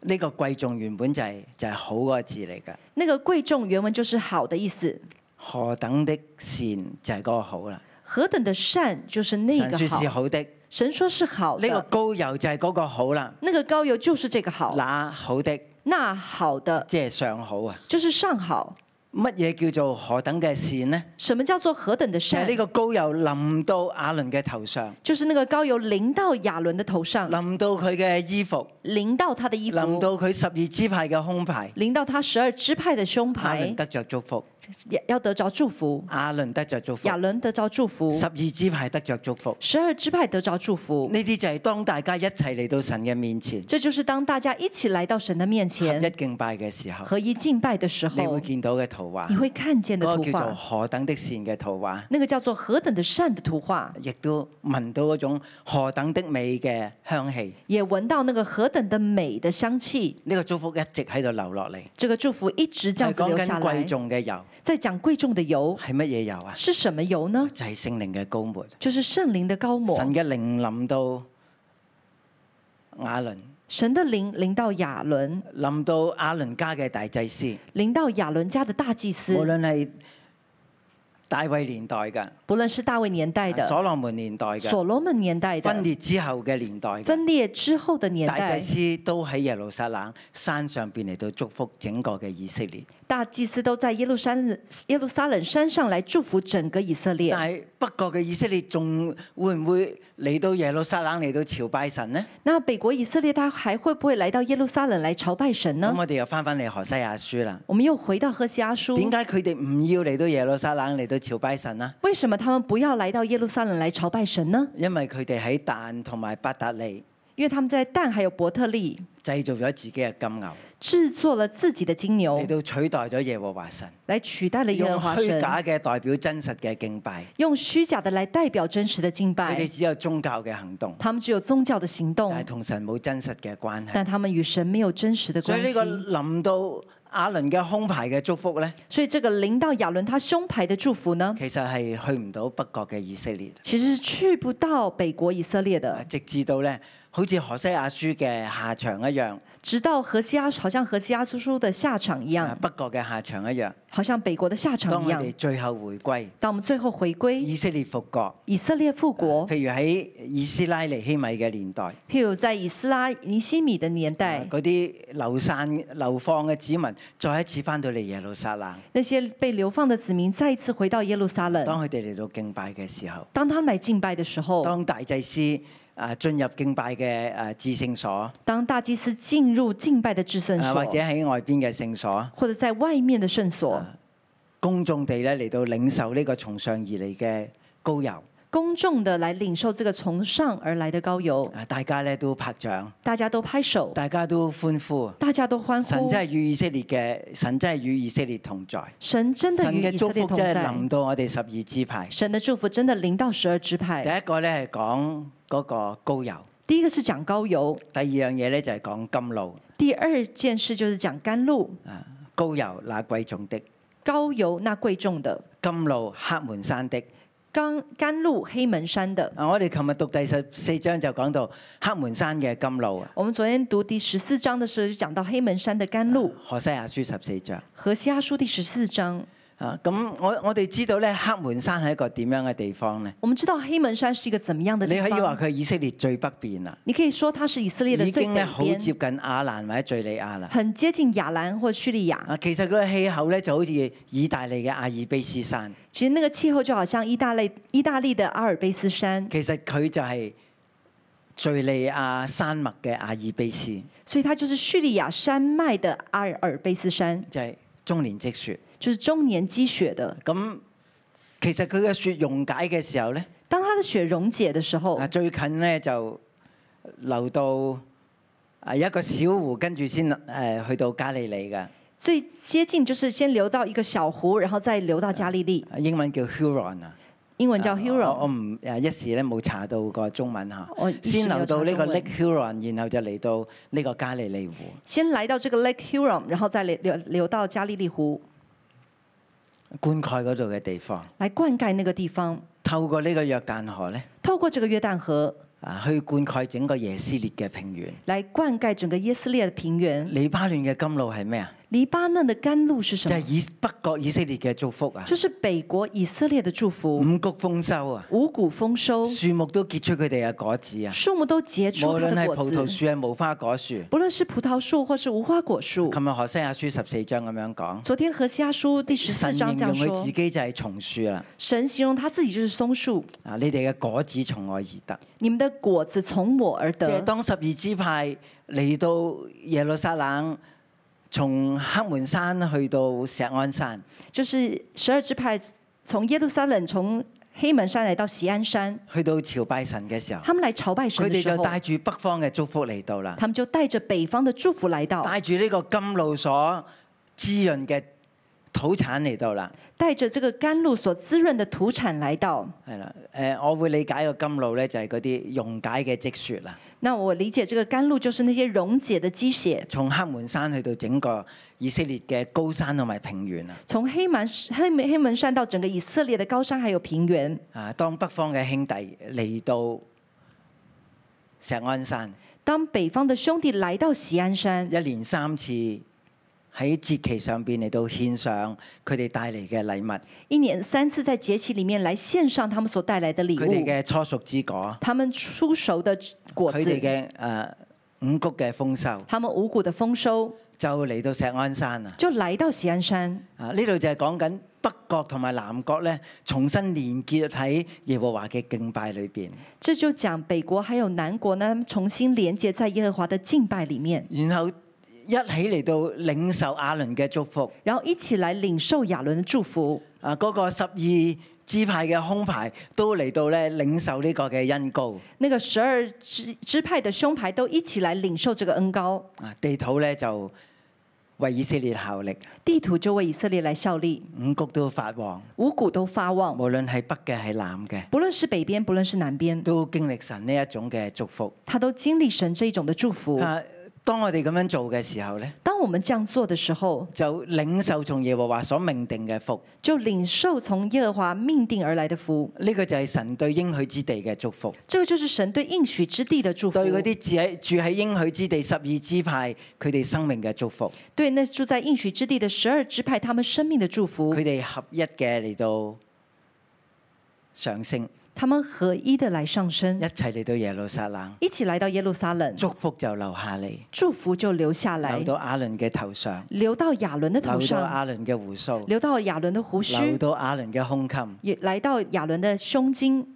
A: 呢、個貴重原本就係、就係、好嗰個字嚟㗎。
B: 那个贵重原文就是好的意思。
A: 何等的善就係嗰個好啦，
B: 何等的善就是那
A: 神
B: 个
A: 説是
B: 好，
A: 好的，呢、
B: 神说是好
A: 個
B: 的，
A: 膏油就係嗰個好啦，
B: 那个膏油就是这个好，
A: 那好的
B: 那好的
A: 即係上好啊。
B: 就是上好。
A: 乜嘢叫做何等嘅善呢？
B: 什么叫做何等的
A: 就係、
B: 善
A: 呢？個膏油淋到亞倫嘅頭上，
B: 就是那个膏油淋到亞倫的頭上，
A: 淋到佢嘅衣服，
B: 淋到他的嗯衣服，
A: 淋到佢十二支派嘅胸牌，
B: 淋到他十二支派的胸
A: 亞倫
B: 牌，
A: 得着祝福，
B: 也要得着祝福。
A: 亞倫得着祝福。
B: 亚伦得着祝福，
A: 十二支派得着祝福。
B: 十二支派得着祝福。
A: 呢啲就係當大家一齊嚟到神嘅面前
B: 这就是当大家一起来到神的面
A: 合一
B: 前，
A: 敬拜嘅時候，
B: 合一敬拜的时
A: 你
B: 候
A: 會，見到嘅圖畫
B: 你，會看見的
A: 嗰
B: 圖
A: 個叫做
B: 畫，
A: 何等的善嘅圖畫，
B: 那个叫做何等的善的圖畫，
A: 亦都聞到嗰種何等的美嘅香氣。
B: 也聞到那个何等的美的香氣。
A: 呢個祝福一直喺度流落嚟，
B: 这个祝福一直这
A: 係
B: 样子
A: 講
B: 留
A: 緊
B: 下
A: 貴
B: 来。
A: 重嘅油，
B: 在講貴重的油
A: 係乜嘢油啊？
B: 是什么油呢？
A: 就係聖靈嘅高抹，
B: 就是聖靈的高抹，
A: 神嘅靈臨到亞倫，
B: 神的靈臨到亞倫，
A: 臨到亞倫家嘅大祭司，
B: 臨到亞倫家的大祭
A: 無
B: 司，
A: 論係大衛年代嘅。
B: 不論是大衛年代的、
A: 所羅門啊年代嘅
B: 所羅門年代
A: 分
B: 的、
A: 裂之後嘅年代嘅
B: 分裂之後的年
A: 大
B: 代
A: 祭，司都喺耶路撒冷山上邊嚟到祝福整個嘅以色列。
B: 大祭司都在耶路山耶路撒冷山上来祝福整个以色列。
A: 但係北國嘅以色列仲會唔會嚟到耶路撒冷嚟到朝拜神呢？
B: 那北国以色列他还会不会来到耶路撒冷来朝拜神
A: 咁
B: 呢？
A: 我哋又翻返嚟何西亞書啦。
B: 我们又回到赫西阿书，
A: 點解佢哋唔要嚟到耶路撒冷嚟到朝拜神啊？
B: 为什么他们不要来到耶路撒冷来朝拜神呢？
A: 因為佢哋喺但同埋伯達利
B: 因为他们在但还有伯特利
A: 製造咗自己嘅金牛，
B: 制作了自己的金
A: 嚟
B: 牛，
A: 到取代咗耶和華神，
B: 来取代 Oh 了耶
A: 用
B: 和华
A: 虛
B: 神，
A: 假嘅代表真實嘅敬拜。
B: 用虚假的来代表真实的敬
A: 佢
B: 拜
A: 哋。只有宗教嘅行動。
B: 他们只有宗教的行
A: 但係
B: 动，
A: 同神冇真實嘅關係。
B: 但他们与神没有真实的
A: 所
B: 关
A: 以呢
B: 系
A: 個。臨到亞倫嘅胸牌嘅祝福呢，
B: 所以这个临到亚伦他胸牌的祝福呢，
A: 其實係去唔到北國嘅以色列，
B: 其实是去不到北国以色列的，
A: 直至到呢，好似何西亞書嘅下場一樣，
B: 直到何西阿好像何西阿叔叔的下场一
A: 啊
B: 样，
A: 北國嘅下場一樣。
B: 好像北国的嗯下
A: 當
B: 场一
A: 我
B: 样
A: 哋。最後回歸
B: 当我们最后回归
A: 以哎色列復國，
B: 以色列复国，
A: 譬如喺以斯拉尼希米嘅年代，啊
B: 譬如在以斯拉尼西米的年代，
A: 嗰啲流散流放嘅子民再一次翻到嚟耶路撒冷，
B: 那些被流放的子民再一次回到耶路撒冷。
A: 當佢哋嚟到敬拜嘅時候，
B: 当他们来敬拜的时候，
A: 當大祭司啊進入敬拜嘅啊至聖所。
B: 当大祭司进入敬拜的至圣
A: 啊或者
B: 所，
A: 喺外邊嘅聖所，
B: 或者在外面的圣所，
A: 啊公眾地咧嚟到領受呢個從上而嚟嘅高油，
B: 公众的来领受这个从上而来的膏油，
A: 啊大家咧都拍掌，
B: 大家都拍手，
A: 大家都歡呼。
B: 大家都欢
A: 神
B: 呼。
A: 真係與以色列嘅，神真係與以色列同在。
B: 神真的
A: 神
B: 与
A: 嘅
B: 以
A: 祝
B: 色列
A: 福
B: 同
A: 真係
B: 在，
A: 臨到我哋十二支派。
B: 神的祝福真的临到十二支
A: 第
B: 派。
A: 一個咧係講嗰個高油，
B: 第一个是讲膏油，
A: 第二樣嘢咧就係講甘露。
B: 第二件事就是講甘露，
A: 啊，高油那貴重的，
B: 高油那贵重的，
A: 甘露黑門山的。
B: 甘甘露黑门山的。
A: 啊，我哋琴日讀第十四章就講到黑門山嘅甘露啊，
B: 我们昨天读第十四
A: 啊
B: 章的时候，就讲到黑门山的甘露，
A: 何西亞書十四章。
B: 和西阿书第十四章。
A: 啊，啊，咁我我哋知道咧，黑門山係一個點樣嘅地方咧？
B: 我们知道黑门山是一个怎么样的
A: 你
B: 地
A: 可以話
B: 方？
A: 佢係以色列最北邊啦，
B: 你可以说它是以色列的
A: 已
B: 最
A: 經
B: 北
A: 咧好接
B: 边，
A: 近亞蘭或者敍利亞啦。
B: 很接近亚兰或叙利亚。
A: 啊，其實佢嘅氣候咧就好似意大利嘅阿爾卑斯山，
B: 其实那个气候就好像意大利意大利的阿尔卑斯山，
A: 其實佢就係敍利亞山脈嘅阿爾卑斯，
B: 所以它就是叙利亚山脉的阿尔卑斯山，
A: 就係、中年積雪。
B: 就是终年积雪的。
A: 咁其實佢嘅雪溶解嘅時候咧，
B: 当它的雪溶解的时候
A: 啊，最近咧就流到啊一個小湖，跟住先誒去到加利利嘅，
B: 最接近就是先流到一个小湖，然后再流到加利利，
A: 英文叫 Huron 啊。
B: 英文叫
A: 我我
B: Huron。
A: 唔誒一時咧冇查到個中文嚇
B: 我一，時
A: 哦先
B: 沒
A: 流
B: 有查
A: 到呢個
B: 中文
A: Lake Huron，然後就嚟到呢個加利利湖。
B: 先来到这个 Lake Huron，然后再流流流到加利利湖，
A: 灌溉嗰度嘅地方，
B: 来灌溉那个地方。
A: 透過呢個約旦河咧，
B: 透过这个约旦河
A: 啊去灌溉整個耶斯列嘅平原。
B: 来灌溉整个耶斯列的平原。
A: 黎巴嫩嘅甘露係咩啊？
B: 黎巴嫩的甘露是
A: 就
B: 什
A: 係
B: 么？
A: 以北國以色列嘅祝福啊，
B: 就是北国以色列的祝福，
A: 五谷豐收啊，
B: 五谷丰收，
A: 樹木都結出佢哋嘅果子啊。
B: 树木都结
A: 無
B: 出它
A: 論
B: 的
A: 係葡
B: 果
A: 萄
B: 子。
A: 樹係無花果樹，
B: 不论是葡萄树或是无花果树。
A: 琴日何西亞書十四章咁樣講，
B: 昨天何西阿书第十
A: 神
B: 四
A: 形容
B: 章这样
A: 佢
B: 说
A: 自，己就係松樹啦。
B: 神形容他自己就是松树，
A: 啊，你哋嘅果子從我而得。
B: 你们的果子从我而
A: 即係
B: 得。
A: 當十二支派嚟到耶路撒冷，從黑門山去到錫安山，
B: 就是十二支派从耶路撒冷从黑门山来到锡安山，
A: 去到朝拜神嘅時候，
B: 他们来朝拜神
A: 佢
B: 的
A: 哋
B: 时
A: 就
B: 候，
A: 帶住北方嘅祝福嚟到啦，
B: 他们就带着北方的祝福来到，
A: 帶住呢個甘露所滋潤嘅土產嚟到啦，
B: 带着这个甘露所滋润的土产来到。
A: 係啦，誒、我會理解個甘露咧就係嗰啲溶解嘅積雪啦，
B: 那我理解这个甘露就是那些溶解的积雪，
A: 從黑門山去到整個以色列嘅高山同埋平原啊，
B: 从黑门黑门黑门山到整个以色列的高山还有平原。
A: 啊，當北方嘅兄弟嚟到錫安山。
B: 当北方的兄弟来到锡安山，
A: 一連三次喺節期上邊嚟到獻上佢哋帶嚟嘅禮物，
B: 一年三次在节期里面来献上他们所带来的礼
A: 佢哋
B: 物，
A: 嘅初熟之果，
B: 他们出熟的果
A: 佢哋
B: 子，
A: 嘅誒五谷嘅豐收，
B: 他们五谷的丰收，
A: 就嚟到石安山啊！
B: 就来到锡安山。
A: 啊，呢度就係講緊北國同埋南國咧，重新連結喺耶和華嘅敬拜裏邊，
B: 这就讲北国还有南国呢，他们重新连接在耶和华的敬拜里面，
A: 然後一起嚟到領受亞倫嘅祝福。
B: 然后一起来领受亚伦的祝福。
A: 啊，嗰、個十二支派嘅胸牌都嚟到咧領受呢個嘅恩膏。
B: 那个十二支支派的胸牌都一起来领受这个恩高，
A: 啊，地土咧就為以色列效力。
B: 地土就为以色列来效力，
A: 五谷都發旺，
B: 五谷都发旺，
A: 無論係北嘅係南嘅，
B: 不论是北边，不论是南边，
A: 都經歷神呢一種嘅祝福。
B: 他都经历神这一种的祝福。
A: 啊，當我哋咁樣做嘅時候呢，
B: 当我们这样做的时候，
A: 就領受從耶和華所命定嘅福。
B: 就领受从耶和华命定而来的福。
A: 呢、個就係神對應許之地嘅祝福，
B: 这个就是神对应许之地的祝福，
A: 對嗰啲住喺住喺應許之地十二支派佢哋生命嘅祝福，
B: 对那住在应许之地的十二支派他们生命的祝福
A: 佢，哋合一嘅嚟到上升，
B: 他们合一的来上升
A: 一，齊嚟到耶路撒冷，
B: 一起来到耶路撒冷，
A: 祝福就留下嚟，
B: 祝福就留下来
A: 留，到亞倫嘅頭上，
B: 流到亞伦的
A: 留到
B: 头上，
A: 亞倫嘅胡鬚，
B: 流到亞伦的胡
A: 留
B: 须，
A: 到亞倫嘅胸襟。
B: 也来到亞伦的胸襟，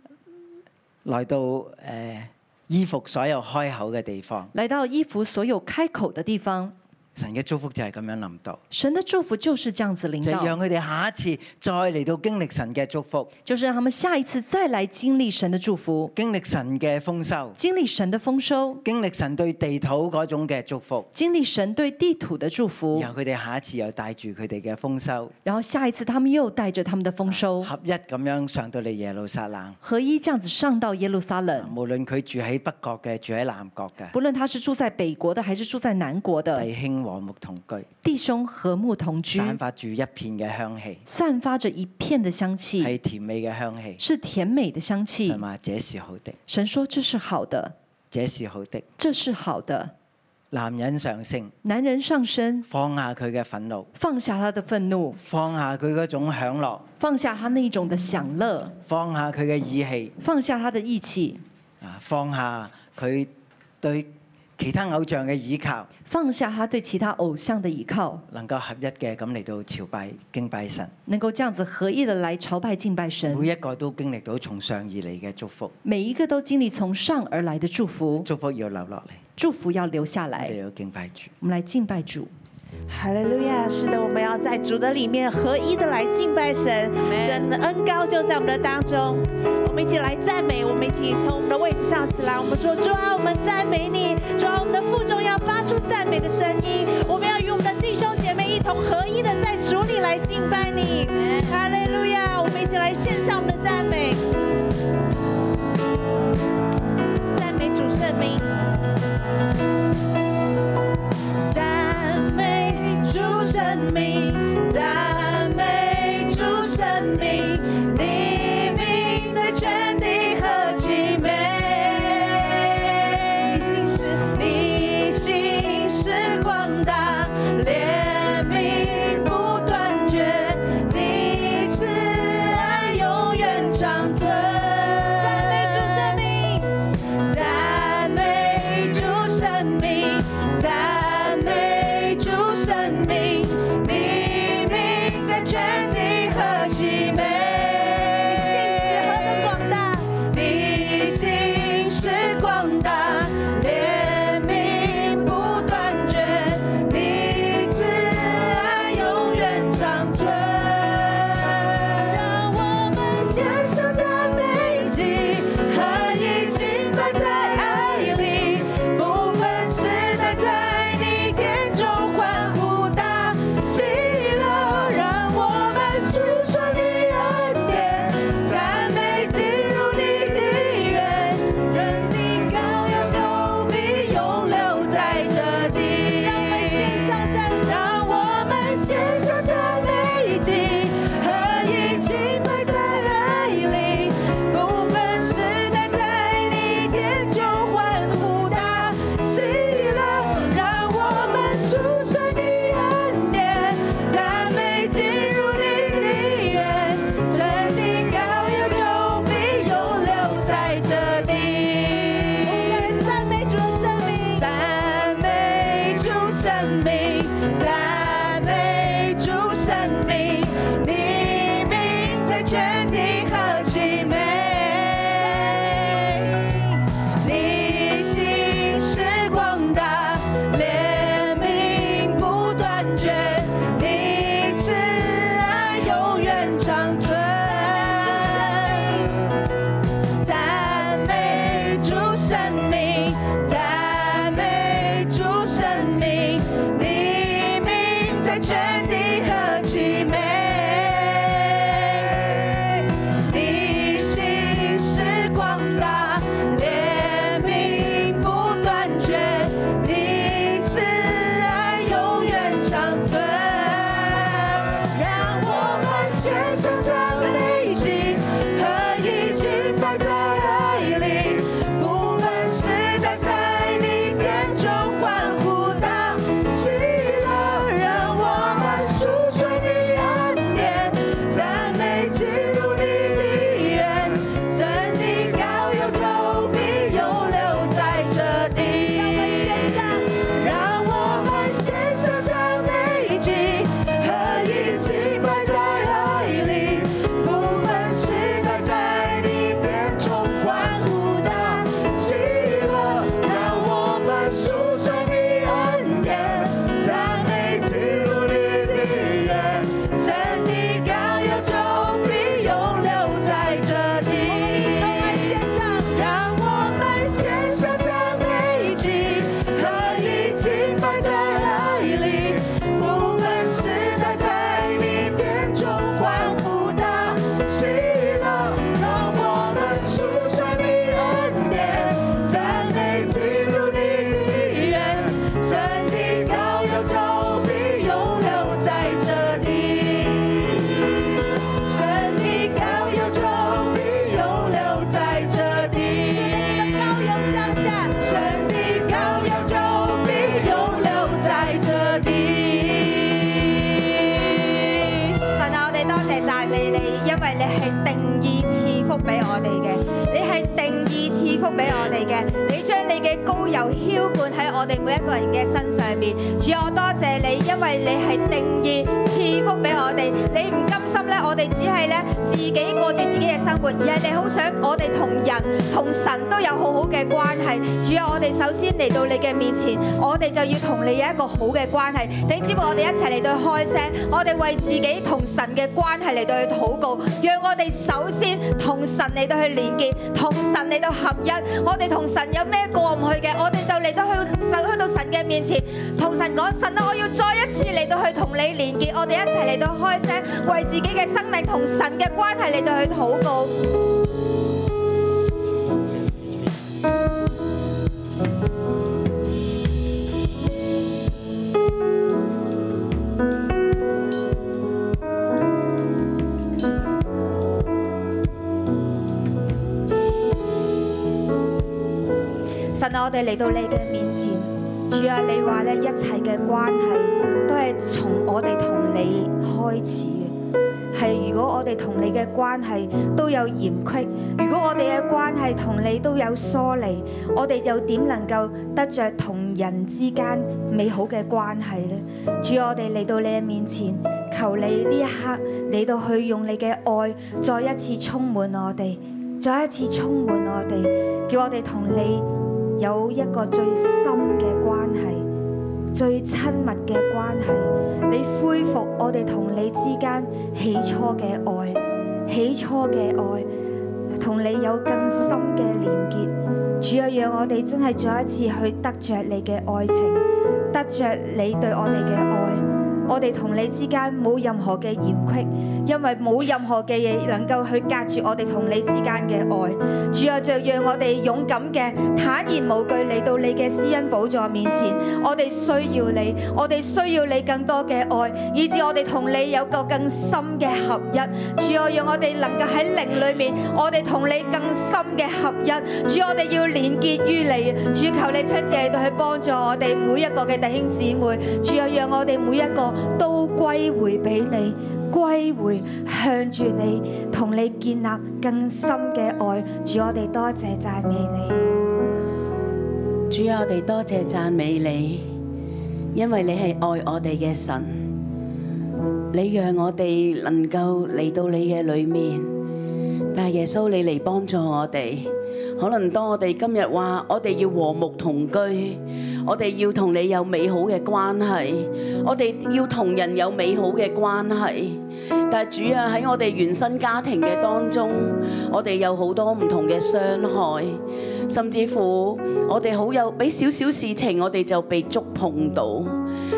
A: 來到誒、呃衣服所有開口嘅地方，
B: 来到衣服所有开口的地方。
A: 神嘅祝福就係咁樣臨到，
B: 神的祝福就是这样子领
A: 就係
B: 导
A: 讓，佢哋下一次再嚟到經歷神嘅祝福，
B: 就是让他们下一次再来经历神的祝福，
A: 經歷神嘅豐收，
B: 经历神的丰收，
A: 經歷神對地土嗰種嘅祝福，
B: 经历神对地土的祝福，
A: 然後佢哋下一次又帶住佢哋嘅豐收，
B: 然后下一次他们又带着他们的丰收，
A: 合一咁樣上到嚟耶路撒冷。
B: 合一这样子上到耶路撒冷。
A: 無論佢住喺北國嘅，住喺南國嘅，
B: 不论他是住在北国的还是住在南国的，
A: 弟兄和睦同居，
B: 弟兄和睦同居，
A: 散發住一片嘅香氣，
B: 散发着一片的香气，
A: 係甜美嘅香氣。
B: 是甜美的香气
A: 神。話：這是好的，
B: 神说这是好的，
A: 這是好的。
B: 这是好的。
A: 男人上升，
B: 男人上身，
A: 放下佢嘅憤怒，
B: 放下他的愤怒，
A: 放下佢嗰種享樂，
B: 放下他那一種的享樂，
A: 放下佢嘅意氣，
B: 放下他的義氣，
A: 啊，放下佢對其他偶像嘅倚靠，
B: 放下他對其他偶像的倚靠，
A: 能夠合一嘅咁嚟到朝拜敬拜神，
B: 能夠這樣子合一的來朝拜敬拜神。
A: 每一個都經歷到從上而嚟嘅祝福，
B: 每一個都經歷從上而來的祝福，
A: 祝福要留落嚟，
B: 祝福要留下
A: 我
B: 來。
A: 哋要敬拜主。
B: 我們來敬拜主。
C: 哈利路亚！是的，我们要在主的里面合一的来敬拜神，神的恩高就在我们的当中。我们一起来赞美，我们一起从我们的位置上起来，我们说：主啊，我们赞美你！主啊，我们的腹中要发出赞美的声音。我们要与我们的弟兄姐妹一同合一的在主里来敬拜你。哈利路亚！我们一起来献上我们的赞美，赞美主圣名。赞美主神明，赞美主神明，你名在全地何其美！你心事，你心事广大，怜悯不断绝，你慈爱永远长存。赞美主神明。赞美主生命，赞美主生命，你
D: 啊福俾我哋嘅。你將你嘅高油浇灌喺我哋每一個人嘅身上面。主，啊我多謝你，因為你係定義賜福俾我哋。你唔甘心咧，我哋只係咧自己過住自己嘅生活，而係你好想我哋同人同神都有好好嘅關係。主啊，我哋首先嚟到你嘅面前，我哋就要同你有一個好嘅關係。弟兄姊妹，我哋一齊嚟到開聲，我哋為自己同神嘅關係嚟到去禱告，讓我哋首先同神嚟到去連結，同神嚟到合一。我哋同神有咩過唔去嘅，我哋就嚟到去神去到神嘅面前，同神講：神啊，我要再一次嚟到去同你連結。我哋一齊嚟到開聲，為自己嘅生命同神嘅關係嚟到去禱告。神啊，我哋嚟到你嘅面前，主啊，你話咧一切嘅關係都係從我哋同你開始嘅。係如果我哋同你嘅關係都有嫌隙，如果我哋嘅關係同你都有疏離，我哋又點能夠得着同人之間美好嘅關係呢？主啊，我哋嚟到你嘅面前，求你呢一刻嚟到去用你嘅愛再一次充滿我哋，再一次充滿我哋，叫我哋同你。有一個最深嘅關係、最親密嘅關係，你恢復我哋同你之間起初嘅愛，起初嘅愛，同你有更深嘅連結。主啊，讓我哋真係再一次去得着你嘅愛情，得着你對我哋嘅愛。我哋同你之間冇任何嘅嫌隙，因為冇任何嘅嘢能夠去隔住我哋同你之間嘅愛。主啊，就讓我哋勇敢嘅、坦然無懼嚟到你嘅施恩寶座面前。我哋需要你，我哋需要你更多嘅愛，以致我哋同你有個更深嘅合一。主啊，讓我哋能夠喺靈裏面，我哋同你更深嘅合一。主，啊我哋要連結於你。主，求你親自嚟到去幫助我哋每一個嘅弟兄姊妹。主啊，讓我哋每一個都歸回俾你。歸回向住你，同你建立更深嘅愛。主，我哋多謝讚美你。
E: 主啊，我哋多謝讚美你，因為你係愛我哋嘅神，你讓我哋能夠嚟到你嘅裏面。但係耶穌，你嚟幫助我哋。可能當我哋今日話，我哋要和睦同居，我哋要同你有美好嘅關係，我哋要同人有美好嘅關係。但係主啊，喺我哋原生家庭嘅當中，我哋有好多唔同嘅傷害，甚至乎我哋好有俾少少事情，我哋就被觸碰到。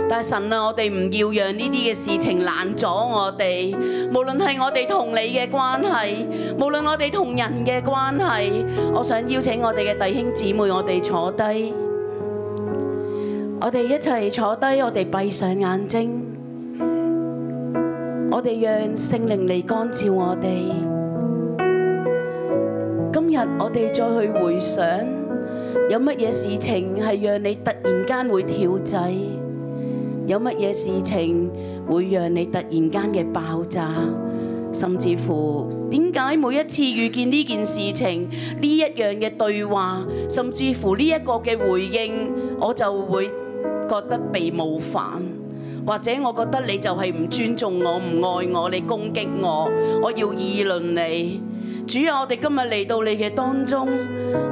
E: 但係神啊，我哋唔要讓呢啲嘅事情攔阻我哋，無論係我哋同你嘅關係，無論我哋同人嘅關係，我想邀請我哋嘅弟兄姊妹，我哋坐低，我哋一齊坐低，我哋閉上眼睛，我哋讓聖靈嚟光照我哋。今日我哋再去回想，有乜嘢事情係讓你突然間會跳掣？有乜嘢事情會讓你突然間嘅爆炸，甚至乎點解每一次遇見呢件事情，呢一樣嘅對話，甚至乎呢一個嘅回應，我就會覺得被冒犯，或者我覺得你就係唔尊重我、唔愛我，你攻擊我，我要議論你。主啊，我哋今日嚟到你嘅當中，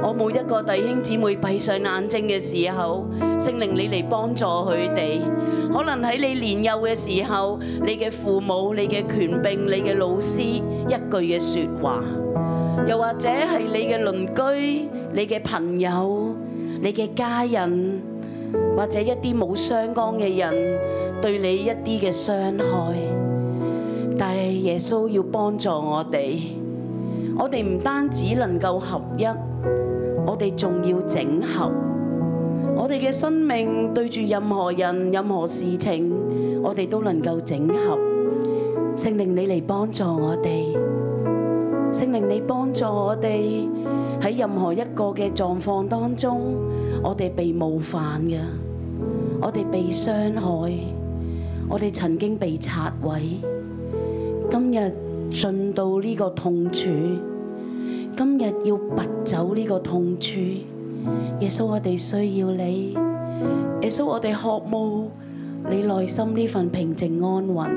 E: 我每一個弟兄姊妹閉上眼睛嘅時候，聖靈你嚟幫助佢哋。可能喺你年幼嘅時候，你嘅父母、你嘅權柄、你嘅老師一句嘅説話，又或者係你嘅鄰居、你嘅朋友、你嘅家人，或者一啲冇相干嘅人對你一啲嘅傷害，但係耶穌要幫助我哋。我哋唔單止能夠合一，我哋仲要整合。我哋嘅生命對住任何人、任何事情，我哋都能夠整合。聖靈，你嚟幫助我哋。聖靈，你幫助我哋喺任何一個嘅狀況當中，我哋被冒犯嘅，我哋被傷害，我哋曾經被拆毀。今日。進到呢個痛處，今日要拔走呢個痛處。耶穌，我哋需要你。耶穌，我哋渴慕你內心呢份平靜安穩。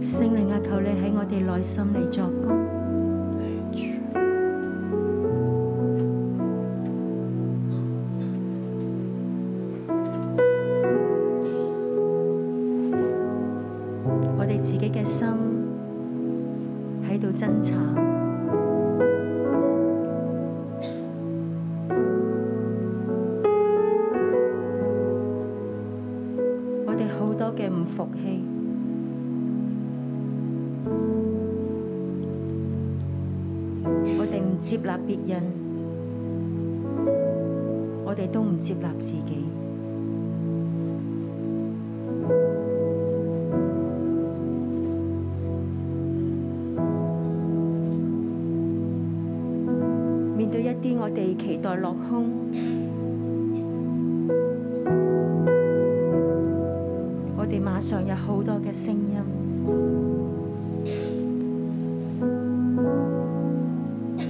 F: 聖靈啊，求你喺我哋內心嚟作工。我哋自己嘅心喺度掙扎，我哋好多嘅唔服氣。我哋唔接納別人，我哋都唔接納自己。面對一啲我哋期待落空，我哋馬上有好多嘅聲音。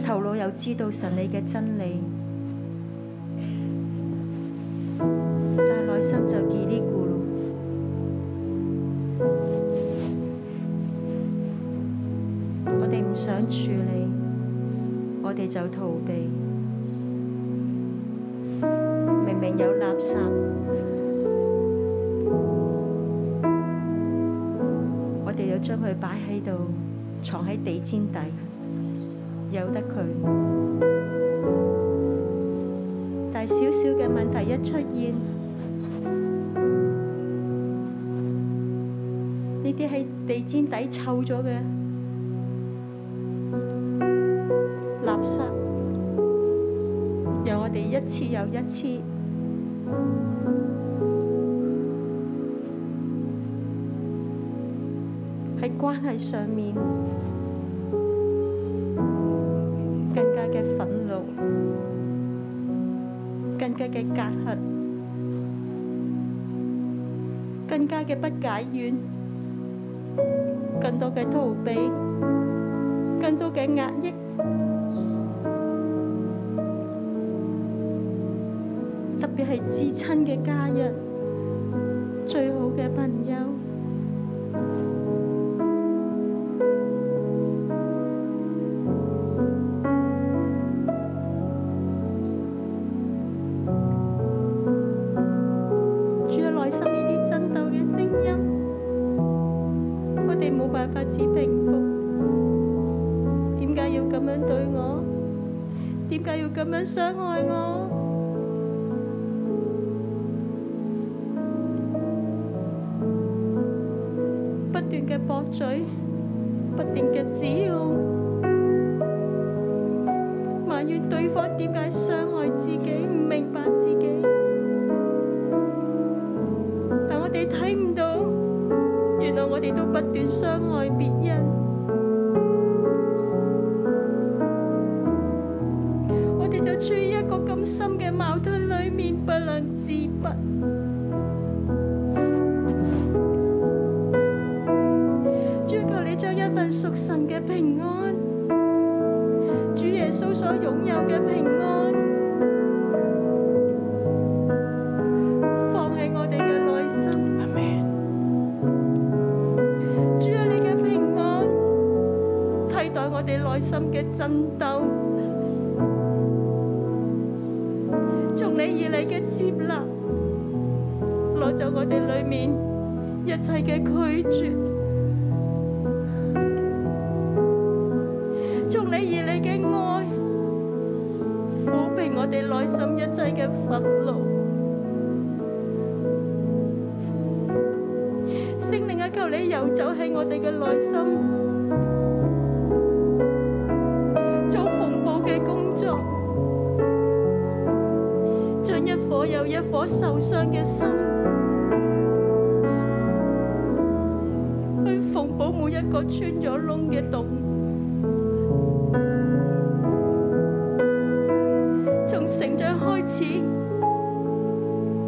F: 頭腦又知道神你嘅真理，但係內心就記呢咕嚕。我哋唔想處理，我哋就逃避。明明有垃圾，我哋就將佢擺喺度，藏喺地氈底。由得佢。但係少少嘅問題一出現，呢啲喺地氈底臭咗嘅垃圾，讓我哋一次又一次喺關係上面。更加嘅憤怒，更加嘅隔閡，更加嘅不解怨，更多嘅逃避，更多嘅壓抑。特別係至親嘅家人，最好嘅朋友。主啊，內心呢啲爭鬥嘅聲音，我哋冇辦法只平復。點解要咁樣對我？點解要咁樣傷害我？不斷嘅駁嘴，不斷嘅指控，埋怨對方點解傷害自己，唔明白自己。但我哋睇唔到，原來我哋都不斷傷害別人。我哋就處於一個咁深嘅矛盾裏面，不能自拔。主求你將一份屬神嘅平安，主耶穌所擁有嘅平安。放喺我哋嘅內心。主啊，你嘅平安替代我哋內心嘅爭鬥，從你而嚟嘅接納，攞走我哋裏面一切嘅拒絕。從你而嚟嘅愛，撫平我哋內心一切嘅憤怒。聖靈啊，求你游走喺我哋嘅內心，做縫補嘅工作，將一顆又一顆受傷嘅心，去縫補每一個穿咗窿嘅洞，從成長開始，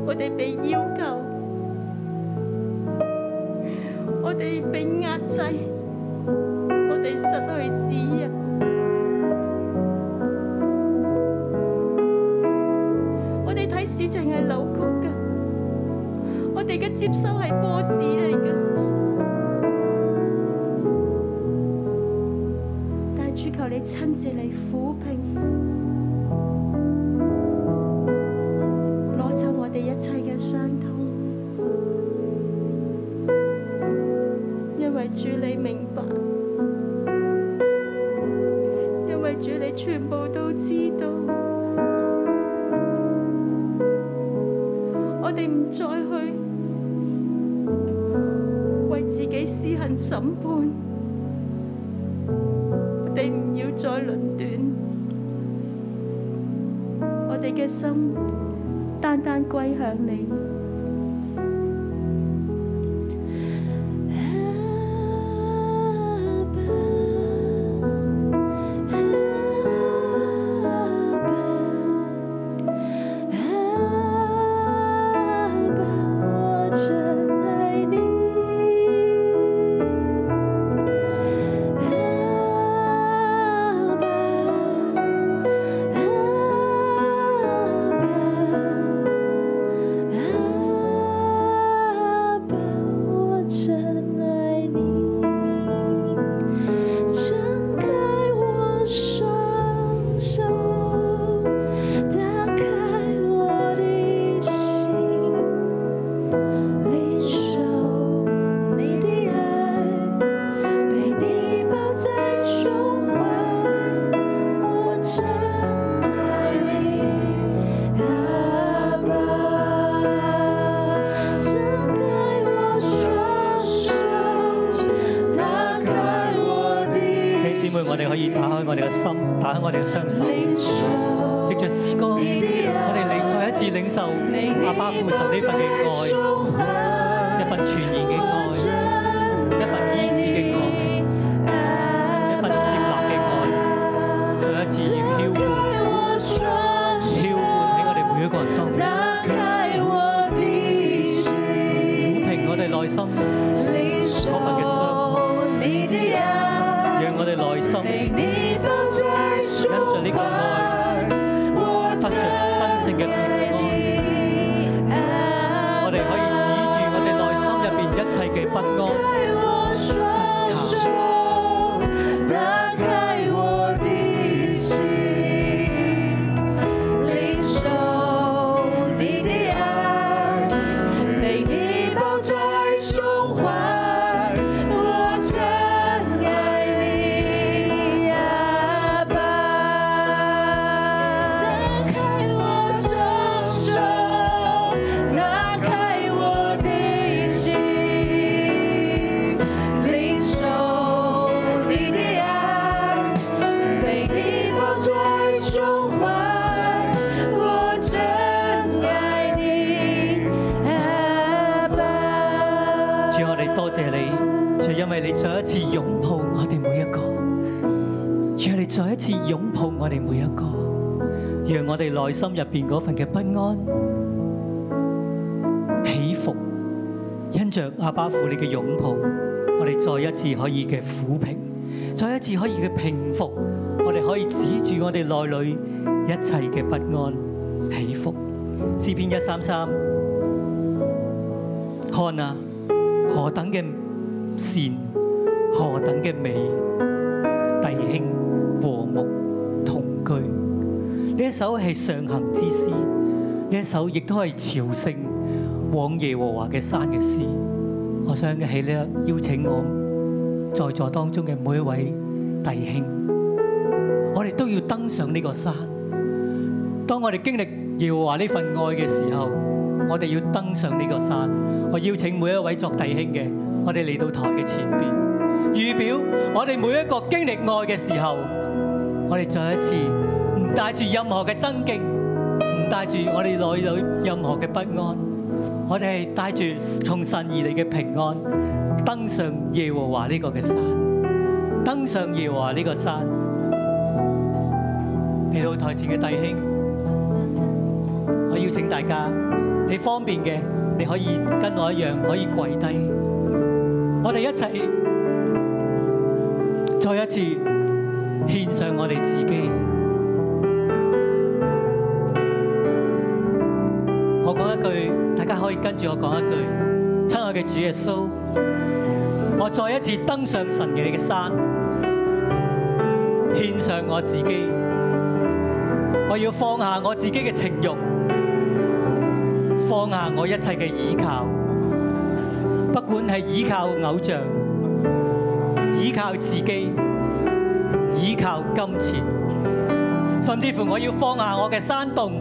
F: 我哋被要求。我哋被壓制，哋嘅接收係波子嚟嘅。但係主求你親自嚟撫平，攞走我哋一切嘅傷痛，因為主你明白，因為主你全部都知道。我哋唔再去為自己施行審判，我哋唔要再論斷，我哋嘅心單單歸向你。
G: 弟兄姊妹，我哋可以打開我哋嘅心，打開我哋嘅雙手，藉着詩歌，我哋領再一次領受阿爸父神呢份嘅愛，一份全然嘅愛，一份醫治嘅愛，一份接納嘅愛，再一次要澆灌，澆灌喺我哋每一個人當中，撫平我哋內心嗰份嘅傷痛，讓我哋內心。因着呢個愛，得着真正嘅平安。我哋可以指住我哋內心入邊一切嘅不安、掙扎，主我哋多謝你，就因為你再一次擁抱我哋每一個，主你再一次擁抱我哋每一個，讓我哋內心入邊嗰份嘅不安、起伏，因着阿巴父你嘅擁抱，我哋再一次可以嘅撫平，再一次可以嘅平復，我哋可以止住我哋內裏一切嘅不安、起伏。詩篇一三三，看啊！何等嘅善，何等嘅美，弟兄和睦同居。呢一首係上行之詩，呢一首亦都係朝聖往耶和華嘅山嘅詩。我想喺呢一刻邀請我在座當中嘅每一位弟兄，我哋都要登上呢個山。當我哋經歷耶和華呢份愛嘅時候，我哋要登上呢個山。我邀請每一位作弟兄嘅，我哋嚟到台嘅前邊，預表我哋每一個經歷愛嘅時候，我哋再一次唔帶住任何嘅爭競，唔帶住我哋內裏任何嘅不安，我哋係帶住從神而嚟嘅平安，登上耶和華呢個嘅山，登上耶和華呢個山。嚟到台前嘅弟兄，我邀請大家，你方便嘅，你可以跟我一樣可以跪低，我哋一齊再一次獻上我哋自己。我我講一句，大家可以跟住我講一句。親愛嘅主耶穌，我再一次登上神嘅你嘅山，獻上我自己。我要放下我自己嘅情慾，放下我一切嘅倚靠，不管係倚靠偶像、倚靠自己、倚靠金錢，甚至乎我要放下我嘅山洞。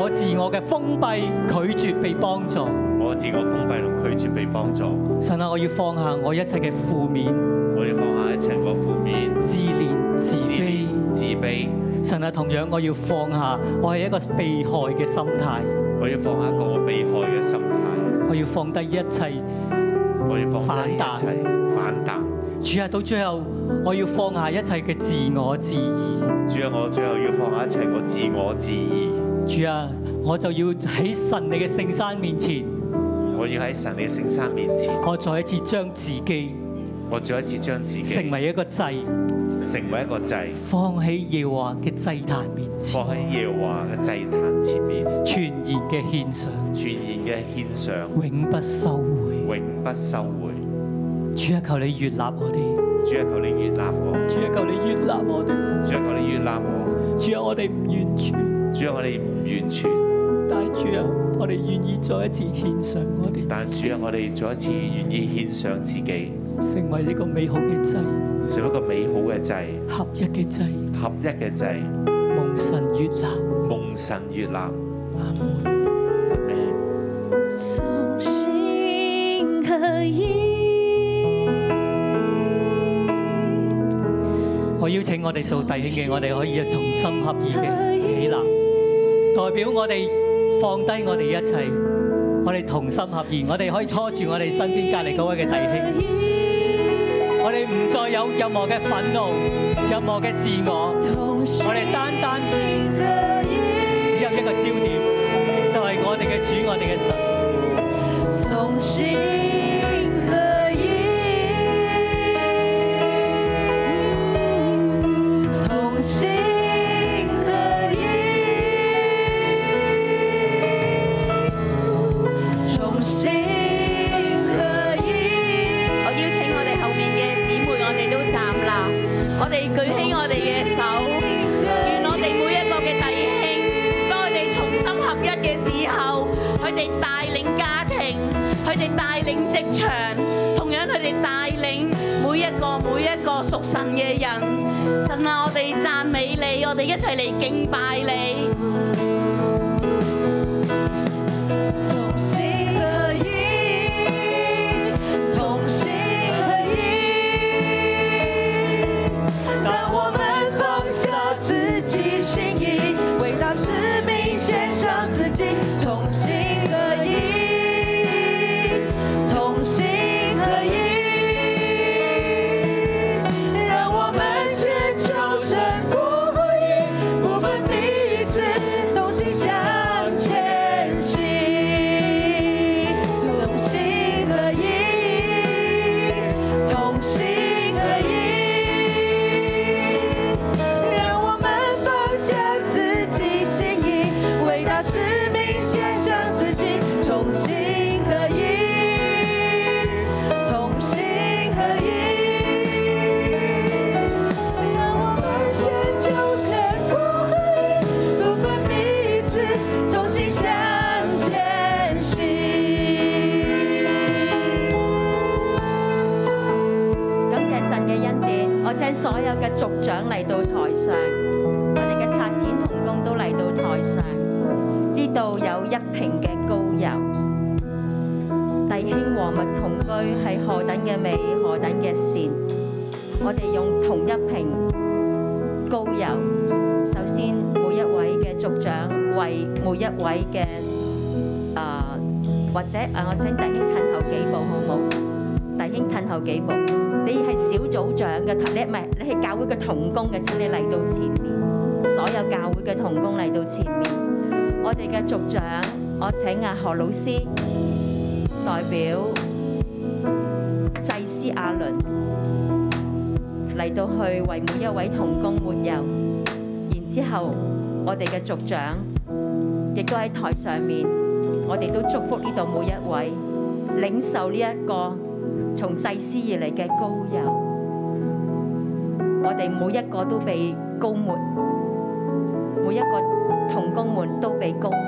G: 我自我嘅封閉，拒絕被幫助。
A: 我自我封閉同拒絕被幫助，
G: 神啊，我要放下我一切嘅負面、
A: 我要放下一切我負面、
G: 自憐、自
A: 自
G: 卑。
A: 憐、自卑，
G: 神啊，同樣我要放下我係一個被害嘅心態，
A: 我要放下一個我被害嘅心態，
G: 我要放低一切。
A: 我要放低一
G: 反
A: 切反彈。
G: 主啊，到最後我要放下一切嘅自我自義。
A: 主啊，我最後要放下一切我自我自義，
G: 主啊，我就要喺神你嘅聖山面前，
A: 我要喺神嘅聖山面前，
G: 我再一次將自己
A: 我再一次將自己
G: 成為一個祭，
A: 成為一個祭，
G: 放喺耶和華嘅祭壇面前，
A: 放喺耶和華嘅祭壇前面，
G: 全然嘅獻上，
A: 全然嘅獻上，
G: 永不收回。
A: 永不收回。
G: 主啊，求你悦納我哋，
A: 主啊，求你悅納我，
G: 主啊，求你悦納我哋，
A: 主啊，求你悅納我，
G: 主啊，我哋唔完全，
A: 主啊，我哋唔完全，
G: 但係主啊，我哋願意再一次獻上我哋
A: 但
G: 自己，
A: 主啊，我哋再一次願意獻上自己，
G: 成為一個美好嘅祭，
A: 成為一個美好嘅祭，
G: 合一嘅祭，
A: 合一嘅祭，
G: 蒙神悦納。
A: 蒙神悅納。
G: 阿
A: Amen
C: 同心合一，
G: 我邀請我哋做弟兄嘅，我哋可以同心合意嘅起立，代表我哋放低我哋一切，我哋同心合意，我哋可以拖住我哋身邊隔離嗰位嘅弟兄，我哋唔再有任何嘅憤怒、任何嘅自我，我哋單單只有一個焦點，就係我哋嘅主，我哋嘅神。
C: 同心合一，同心合一，同心合一。
E: 我邀請我哋後面嘅姊妹，我哋都站立，我哋舉起我哋嘅手，願我哋每一個嘅弟兄，當佢哋重心合一嘅時候，佢哋帶領家庭，佢哋帶領職場，同樣佢哋帶領每一個每一個屬神嘅人。神啊，我哋讚美你，我哋一齊嚟敬拜你。
C: 同心合一，同心合一。让我们放下自己心意，伟大使命献上自己。同心合一，同心合一。让我们全求神不移，不分彼此，同心向前行。同心合一，同心合一，让我们放下自己心意，伟大使命献上自己，同心合一，同心合一，让我们先求神光辉，不分彼此，同心向前行。
H: 感謝神嘅恩典，我請所有嘅族長嚟到台上，我哋嘅策展同工都嚟到台上。呢度有一瓶嘅膏油，弟兄和睦同居係何等嘅美，何等嘅善。我哋用同一瓶膏油，首先每一位嘅族長為每一位嘅啊、或者啊，我請弟兄褪後幾步好冇？弟兄褪後幾步。你係小組長嘅，你唔係你係教會嘅童工嘅，請你嚟到前面，所有教會嘅童工嚟到前面。我哋嘅族長，我請阿何老師代表祭司阿倫嚟到去為每一位童工抹油，然之後我哋嘅族長呢亦都喺台上面，我哋都祝福呢度每一位領受呢、一個從祭司而嚟嘅高油。我哋每一個都被高抹，每一個同工們都被高抹。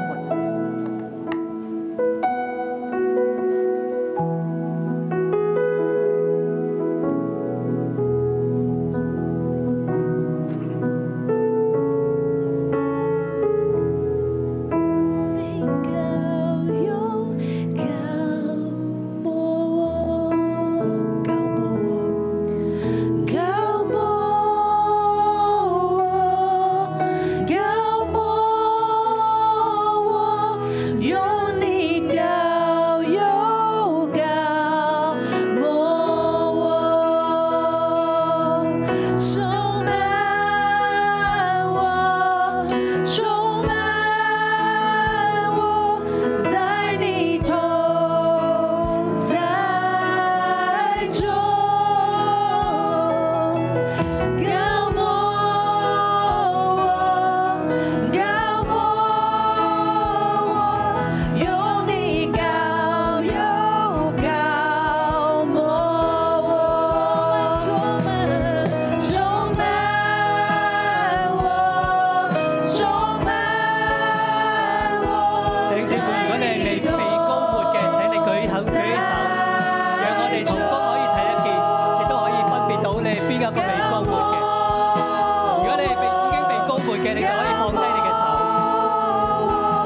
C: 弟兄姊妹，如果你係未被高抹嘅，請你舉頭舉起手，讓我哋同工可以睇得見，亦都可以分別到你係邊一個被高抹嘅。如果你係被已經被高抹嘅，你就可以放低你嘅手。哦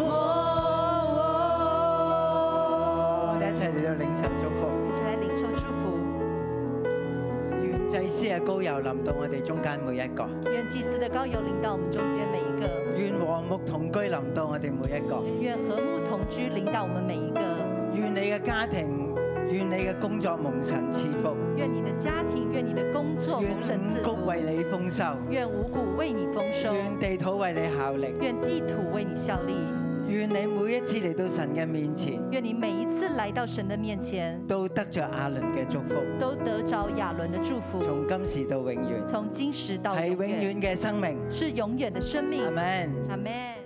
A: 我哦哋一齊嚟到領受祝福，
B: 一起来领受祝福。
A: 願祭司嘅膏油臨到我哋中間每一個，
B: 愿祭司的膏油领到我们中间每一个，
A: 願和睦同居臨到我哋每一個，
B: 愿和睦同居领到我们每一个，
A: 願你嘅家庭，願你嘅工作蒙神賜福，
B: 愿你的家庭，愿你的工作
A: 願
B: 蒙神赐
A: 五
B: 福
A: 谷，為你豐收，
B: 愿五谷为你丰收，
A: 願地土為你效力，
B: 愿地土为你效力，
A: 願你每一次嚟到神嘅面前，
B: 愿你每一次来到神的面前
A: 都得着亞倫嘅祝福，
B: 都得着亚伦的祝福，
A: 從今時到永遠，
B: 从今时到
A: 係
B: 永
A: 永
B: 远，
A: 遠嘅生命。
B: 是永远的生命。
A: Amen.
B: 阿门。